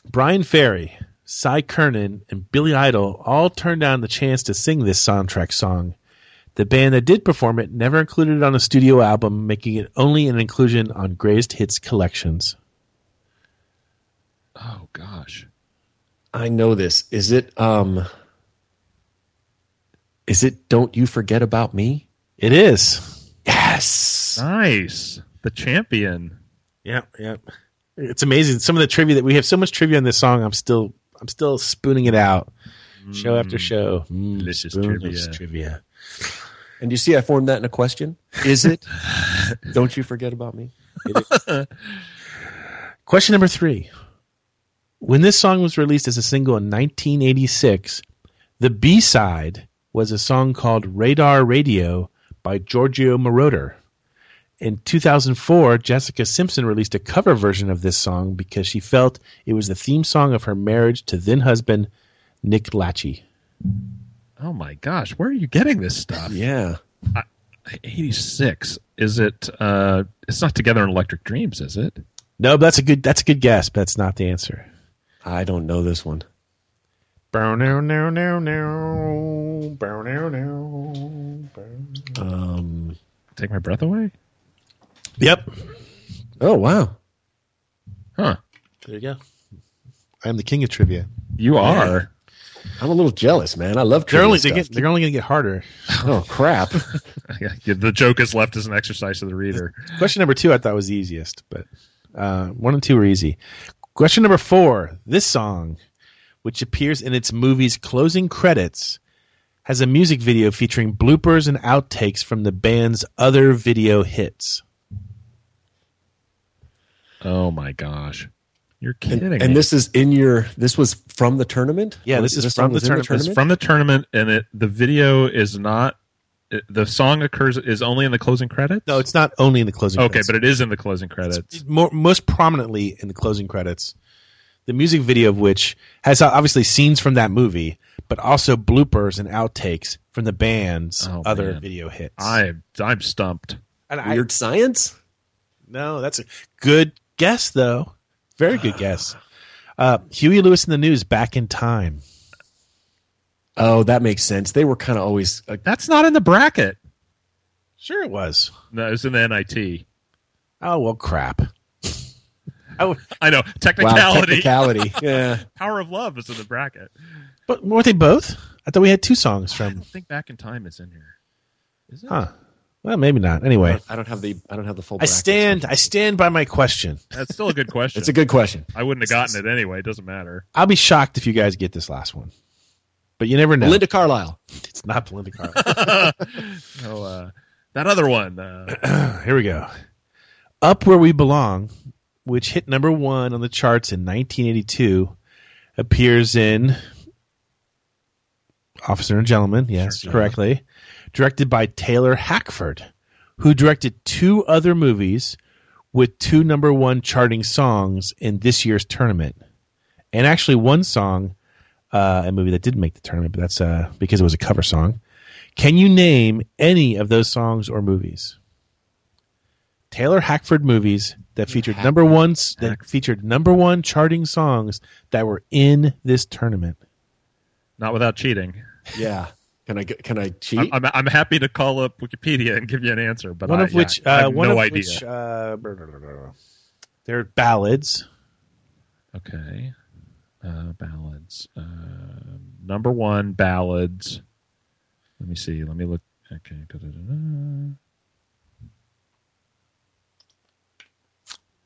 [SPEAKER 10] Brian Ferry, Cy Kernan, and Billy Idol all turned down the chance to sing this soundtrack song. The band that did perform it never included it on a studio album, making it only an inclusion on greatest hits collections.
[SPEAKER 9] Oh gosh.
[SPEAKER 1] I know this. Is it um? Is it? Don't you forget about me?
[SPEAKER 10] It is.
[SPEAKER 1] Yes.
[SPEAKER 9] Nice. The champion.
[SPEAKER 10] Yep, yep. It's amazing. Some of the trivia that we have so much trivia on this song. I'm still I'm still spooning it out, show after show. Mm,
[SPEAKER 9] Delicious
[SPEAKER 10] spoonless
[SPEAKER 9] trivia.
[SPEAKER 10] trivia.
[SPEAKER 1] And you see, I formed that in a question. Is it? Don't you forget about me. It
[SPEAKER 10] Question number three. When this song was released as a single in 1986, the B side was a song called Radar Radio by Giorgio Moroder. In 2004, Jessica Simpson released a cover version of this song because she felt it was the theme song of her marriage to then husband Nick Lachey.
[SPEAKER 9] Oh my gosh, where are you getting this stuff?
[SPEAKER 1] Yeah.
[SPEAKER 9] 86. Is it uh it's not together in Electric Dreams, is it?
[SPEAKER 10] No, but that's a good that's a good guess, but that's not the answer.
[SPEAKER 1] I don't know this one.
[SPEAKER 10] Bow, now, now, now, now. Bow, now, now. Bow.
[SPEAKER 1] Um,
[SPEAKER 9] Take my breath away?
[SPEAKER 10] Yep.
[SPEAKER 1] Oh wow.
[SPEAKER 9] Huh.
[SPEAKER 10] There you go. I am the king of trivia.
[SPEAKER 9] You are.
[SPEAKER 1] I'm a little jealous, man. I love
[SPEAKER 10] They're
[SPEAKER 1] trivia
[SPEAKER 10] only,
[SPEAKER 1] stuff.
[SPEAKER 10] they get, they're only going to get harder.
[SPEAKER 1] oh crap.
[SPEAKER 9] Yeah, the joke is left as an exercise to the reader.
[SPEAKER 10] Question number two I thought was the easiest, but uh, one and two were easy. Question number four this song, which appears in its movie's closing credits, has a music video featuring bloopers and outtakes from the band's other video hits.
[SPEAKER 9] Oh my gosh. You're kidding
[SPEAKER 1] And,
[SPEAKER 9] me.
[SPEAKER 1] and this is in your. This was from the tournament.
[SPEAKER 10] Yeah,
[SPEAKER 1] Or
[SPEAKER 10] this is
[SPEAKER 1] song
[SPEAKER 10] from the
[SPEAKER 1] was in
[SPEAKER 10] tournament.
[SPEAKER 9] It's from the tournament, and it the video is not. It, the song occurs is only in the closing credits.
[SPEAKER 10] No, it's not only in the closing
[SPEAKER 9] okay,
[SPEAKER 10] credits.
[SPEAKER 9] but it is in the closing credits.
[SPEAKER 10] it's more, most prominently in the closing credits. The music video of which has obviously scenes from that movie, but also bloopers and outtakes from the band's
[SPEAKER 9] Oh,
[SPEAKER 10] other
[SPEAKER 9] man.
[SPEAKER 10] video hits.
[SPEAKER 9] I I'm stumped.
[SPEAKER 10] and I
[SPEAKER 1] Weird science.
[SPEAKER 10] No, that's a good guess, though. Very good guess. Uh, Huey Lewis in the News, Back in Time.
[SPEAKER 1] Oh, that makes sense. They were kind of always. Uh,
[SPEAKER 9] That's not in the bracket.
[SPEAKER 10] Sure, it was.
[SPEAKER 9] No, it's in the NIT.
[SPEAKER 10] Oh, well, crap. oh,
[SPEAKER 9] I know
[SPEAKER 1] wow,
[SPEAKER 9] technicality.
[SPEAKER 1] technicality. yeah.
[SPEAKER 9] Power of Love is in the bracket.
[SPEAKER 10] but weren't they both? I thought we had two songs
[SPEAKER 9] I
[SPEAKER 10] from.
[SPEAKER 9] don't think Back in Time is in here. Is it?
[SPEAKER 10] Huh. Well, maybe not. Anyway,
[SPEAKER 1] I don't have the. I don't have the full.
[SPEAKER 10] I
[SPEAKER 1] bracket.
[SPEAKER 10] stand. I stand by my question.
[SPEAKER 9] That's still a good question.
[SPEAKER 1] It's a good question.
[SPEAKER 9] I wouldn't have gotten it anyway. It doesn't matter.
[SPEAKER 10] I'll be shocked if you guys get this last one. But you never know.
[SPEAKER 1] Linda Carlisle.
[SPEAKER 10] It's not Belinda Carlisle.
[SPEAKER 9] So uh, that other one. Uh,
[SPEAKER 10] Here we go. Up Where We Belong, which hit number one on the charts in 1982, appears in Officer and Gentleman, yes,
[SPEAKER 9] Sure,
[SPEAKER 10] correctly, directed by Taylor Hackford, who directed two other movies with two number one charting songs in this year's tournament. And actually, one song, uh, a movie that didn't make the tournament, but that's uh, because it was a cover song. Can you name any of those songs or movies? Taylor Hackford movies that featured number one s- that featured number one charting songs that were in this tournament.
[SPEAKER 9] not without cheating.
[SPEAKER 1] Yeah. Can I? Can I cheat?
[SPEAKER 10] Uh,
[SPEAKER 9] I'm, I'm, I'm happy to call up Wikipedia and give you an answer, but
[SPEAKER 10] One
[SPEAKER 9] I,
[SPEAKER 10] of which,
[SPEAKER 9] yeah, I
[SPEAKER 10] uh,
[SPEAKER 9] have
[SPEAKER 10] one
[SPEAKER 9] no
[SPEAKER 10] of
[SPEAKER 9] idea.
[SPEAKER 10] which, uh, brr, brr, brr, brr. they're ballads.
[SPEAKER 9] Okay. Uh, ballads. Uh, number one, ballads. Let me see. Let me look. Okay. da-da-da-da.
[SPEAKER 1] Uh,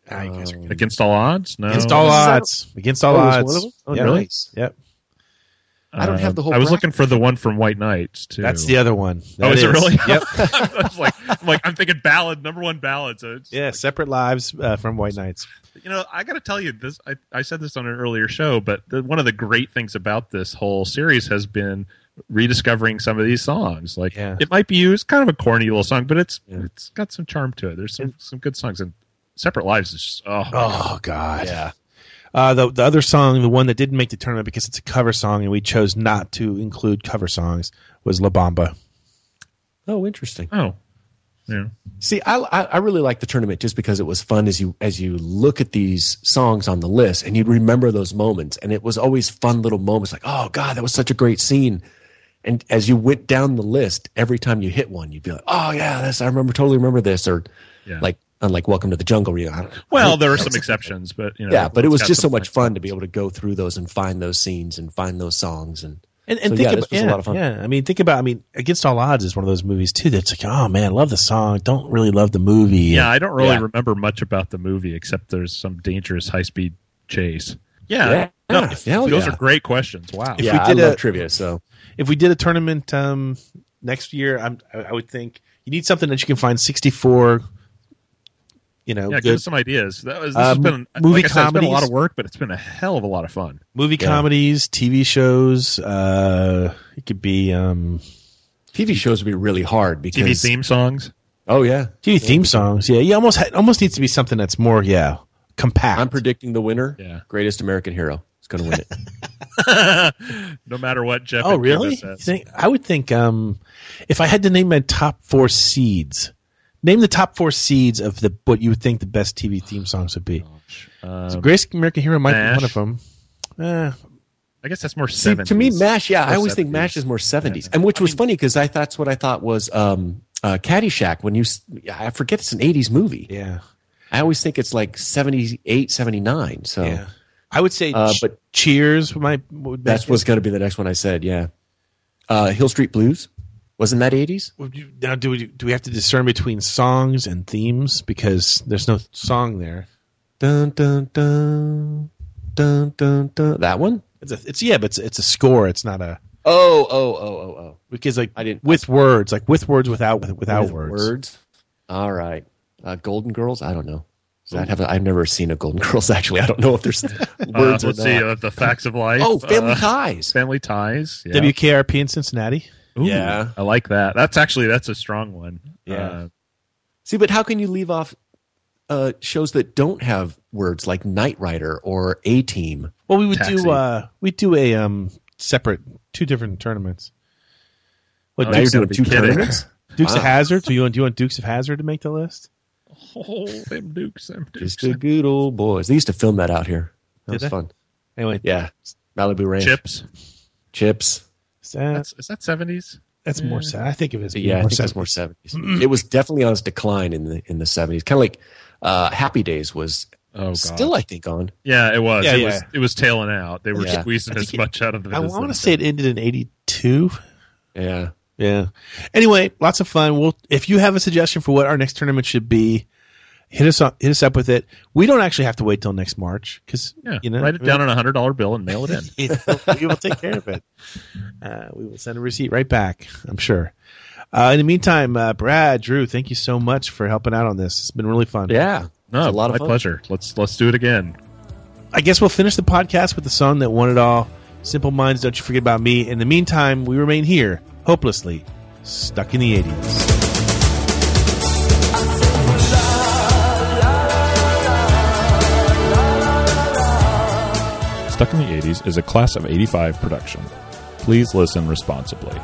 [SPEAKER 10] Ah, you guys are-
[SPEAKER 9] Against all odds? No.
[SPEAKER 10] against all
[SPEAKER 1] Is that-
[SPEAKER 10] odds. Against all
[SPEAKER 1] Oh, it was one of them?
[SPEAKER 10] odds.
[SPEAKER 1] Oh,
[SPEAKER 10] Yeah.
[SPEAKER 1] nice.
[SPEAKER 10] Yep.
[SPEAKER 9] Um,
[SPEAKER 1] I don't have the whole
[SPEAKER 9] I was
[SPEAKER 1] bracket.
[SPEAKER 9] looking for the one from White Knights too.
[SPEAKER 10] That's the other one. That
[SPEAKER 9] Oh, is it really?
[SPEAKER 10] Yep.
[SPEAKER 9] I was like, I'm like, I'm thinking ballad. Number one, ballads. So it's-
[SPEAKER 10] Yeah, separate lives uh, from White Knights.
[SPEAKER 9] You know, I got to tell you this. I, I said this on an earlier show, but the, one of the great things about this whole series has been rediscovering some of these songs. Like
[SPEAKER 10] Yeah.
[SPEAKER 9] it might be used kind of a corny little song, but it's
[SPEAKER 1] Yeah.
[SPEAKER 9] it's got some charm to it. There's some some good songs and Separate Lives is just oh,
[SPEAKER 10] Oh God.
[SPEAKER 1] yeah.
[SPEAKER 10] Uh, the the other song, the one that didn't make the tournament because it's a cover song and we chose not to include cover songs, was La Bamba.
[SPEAKER 1] Oh, interesting.
[SPEAKER 9] oh yeah.
[SPEAKER 1] See, I, I I really like the tournament just because it was fun as you as you look at these songs on the list and you remember those moments and it was always fun little moments like oh god that was such a great scene, and as you went down the list every time you hit one you'd be like oh yeah this I remember totally remember this or
[SPEAKER 9] Yeah.
[SPEAKER 1] like unlike Welcome to the Jungle you know, I don't- I
[SPEAKER 9] Well,
[SPEAKER 1] don't-
[SPEAKER 9] there are some exceptions, but you know,
[SPEAKER 1] yeah but it
[SPEAKER 9] it's
[SPEAKER 1] was
[SPEAKER 9] got
[SPEAKER 1] just so
[SPEAKER 9] some
[SPEAKER 1] much
[SPEAKER 9] nice
[SPEAKER 1] fun to be
[SPEAKER 9] songs.
[SPEAKER 1] able to go through those and find those scenes and find those songs and
[SPEAKER 10] And, and
[SPEAKER 1] So,
[SPEAKER 10] think
[SPEAKER 1] yeah, this
[SPEAKER 10] about
[SPEAKER 1] was a
[SPEAKER 10] yeah,
[SPEAKER 1] lot of fun.
[SPEAKER 10] yeah. I mean, think about. I mean, Against All Odds is one of those movies too. That's like, oh man, love the song, don't really love the movie.
[SPEAKER 9] Yeah, I don't really
[SPEAKER 1] Yeah.
[SPEAKER 9] remember much about the movie except there's some dangerous high speed chase. Yeah,
[SPEAKER 1] Yeah.
[SPEAKER 9] no,
[SPEAKER 1] Hell
[SPEAKER 9] those
[SPEAKER 1] yeah.
[SPEAKER 9] are great questions. Wow.
[SPEAKER 10] If
[SPEAKER 1] yeah
[SPEAKER 10] we
[SPEAKER 1] I
[SPEAKER 10] did
[SPEAKER 1] love
[SPEAKER 10] a-
[SPEAKER 1] trivia so
[SPEAKER 10] if we did a tournament um, next year, I'm, I, I would think you need something that you can find 64. You know,
[SPEAKER 9] yeah,
[SPEAKER 10] good-
[SPEAKER 9] give us some ideas. That was, this
[SPEAKER 10] Uh,
[SPEAKER 9] has been
[SPEAKER 10] movie
[SPEAKER 9] like I said, it's been a lot
[SPEAKER 10] comedies.
[SPEAKER 9] of work, but it's been a hell of a lot of fun.
[SPEAKER 10] movie
[SPEAKER 9] Yeah.
[SPEAKER 10] comedies, TV shows. Uh, it could be um,
[SPEAKER 1] TV shows would be really hard because
[SPEAKER 9] TV theme songs.
[SPEAKER 1] Oh yeah,
[SPEAKER 10] TV theme songs. Yeah, you almost ha- almost needs to be something that's more yeah compact.
[SPEAKER 1] I'm predicting the winner. Yeah, Greatest American Hero is going to win it.
[SPEAKER 9] no matter what, Jeff.
[SPEAKER 10] oh
[SPEAKER 9] had given
[SPEAKER 10] really?
[SPEAKER 9] us that.
[SPEAKER 10] You think- I would think um, if I had to name my top four seeds, name the top four seeds of the what you would think the best TV theme songs would be. so
[SPEAKER 9] Um,
[SPEAKER 10] Grace American Hero might
[SPEAKER 9] MASH.
[SPEAKER 10] be one of them. Eh,
[SPEAKER 9] I guess that's more
[SPEAKER 1] See,
[SPEAKER 9] seven.
[SPEAKER 1] to me, Mash. Yeah,
[SPEAKER 9] Or
[SPEAKER 1] I always think
[SPEAKER 9] 70s.
[SPEAKER 1] Mash is more seventies, and which was funny because I that's what I thought was um, uh, Caddyshack. When you, s- I forget it's an eighties movie.
[SPEAKER 10] Yeah,
[SPEAKER 1] I always think it's like 78, 79. So
[SPEAKER 10] Yeah. I would say,
[SPEAKER 1] Uh,
[SPEAKER 10] but Cheers might. would make
[SPEAKER 1] that's
[SPEAKER 10] it.
[SPEAKER 1] what's going to be the next one I said. Yeah, uh, Hill Street Blues wasn't that eighties?
[SPEAKER 10] Would you- Now, do we do we have to discern between songs and themes because there's no song there?
[SPEAKER 1] Dun dun dun dun dun dun. That one?
[SPEAKER 10] It's a, it's yeah, but it's, it's a score. It's not a
[SPEAKER 1] Oh oh oh oh oh.
[SPEAKER 10] because like
[SPEAKER 1] I didn't
[SPEAKER 10] with words, like with words, without without
[SPEAKER 1] With
[SPEAKER 10] words.
[SPEAKER 1] All right. Uh, Golden Girls. I don't know. Does that have? A, I've never seen a Golden Girls. Actually, I don't know if there's
[SPEAKER 9] Uh,
[SPEAKER 1] words or
[SPEAKER 9] let's see
[SPEAKER 1] not.
[SPEAKER 9] uh, the facts of life.
[SPEAKER 1] Oh, Family
[SPEAKER 9] Uh,
[SPEAKER 1] Ties.
[SPEAKER 9] Family ties. Yeah.
[SPEAKER 10] WKRP in Cincinnati.
[SPEAKER 9] Ooh,
[SPEAKER 1] Yeah.
[SPEAKER 9] I like that. That's actually that's a strong one.
[SPEAKER 1] Yeah.
[SPEAKER 9] Uh,
[SPEAKER 1] See, but how can you leave off uh, shows that don't have words like Knight Rider or A Team?
[SPEAKER 10] Well, we would
[SPEAKER 1] Taxi.
[SPEAKER 10] do uh we do a um separate two different tournaments. What
[SPEAKER 1] Oh, now you're doing two tournaments?
[SPEAKER 10] Dukes of
[SPEAKER 1] Wow.
[SPEAKER 10] Hazard. Do you want do you want Dukes of Hazard to make the list?
[SPEAKER 9] oh, them Dukes, them Dukes.
[SPEAKER 1] Just the good old boys. They used to film that out here. That
[SPEAKER 10] Did
[SPEAKER 1] was
[SPEAKER 10] they?
[SPEAKER 1] fun.
[SPEAKER 10] Anyway,
[SPEAKER 1] Yeah, Malibu Ranch.
[SPEAKER 9] Chips.
[SPEAKER 1] Chips.
[SPEAKER 10] that's,
[SPEAKER 9] That's, is that seventies?
[SPEAKER 10] that's more sad. I think of it as
[SPEAKER 1] But
[SPEAKER 10] being
[SPEAKER 1] yeah, I
[SPEAKER 10] more
[SPEAKER 1] think it
[SPEAKER 10] sad.
[SPEAKER 1] was more seventies. it was definitely on its decline in the in the seventies. Kind of like uh, Happy Days was
[SPEAKER 9] Oh god.
[SPEAKER 1] still, I think, on.
[SPEAKER 9] yeah, it was.
[SPEAKER 10] Yeah,
[SPEAKER 9] it
[SPEAKER 10] yeah.
[SPEAKER 9] was. It was tailing out. They were
[SPEAKER 1] Yeah.
[SPEAKER 10] I
[SPEAKER 9] squeezing
[SPEAKER 10] think
[SPEAKER 9] as
[SPEAKER 10] it-
[SPEAKER 9] much out of the.
[SPEAKER 10] I,
[SPEAKER 9] business.
[SPEAKER 10] want to say it ended in eighty two.
[SPEAKER 1] Yeah.
[SPEAKER 10] Yeah. Anyway, lots of fun. We'll if you have a suggestion for what our next tournament should be, hit us up, hit us up with it. We don't actually have to wait till next March because
[SPEAKER 9] Yeah,
[SPEAKER 10] you know
[SPEAKER 9] write it down on a hundred dollar bill and mail it in.
[SPEAKER 10] we we will take care of it. Uh, we will send a receipt right back. I'm sure. Uh, in the meantime, uh, Brad, Drew, thank you so much for helping out on this. It's been really fun.
[SPEAKER 1] Yeah.
[SPEAKER 9] No,
[SPEAKER 1] It's a lot of
[SPEAKER 9] my
[SPEAKER 1] fun.
[SPEAKER 9] pleasure. Let's let's do it again.
[SPEAKER 10] I guess we'll finish the podcast with the song that won it all. Simple Minds, don't you forget about me. In the meantime, we remain here, hopelessly stuck in the 80s.
[SPEAKER 13] Stuck in the 80s is a class of 85 production. Please listen responsibly.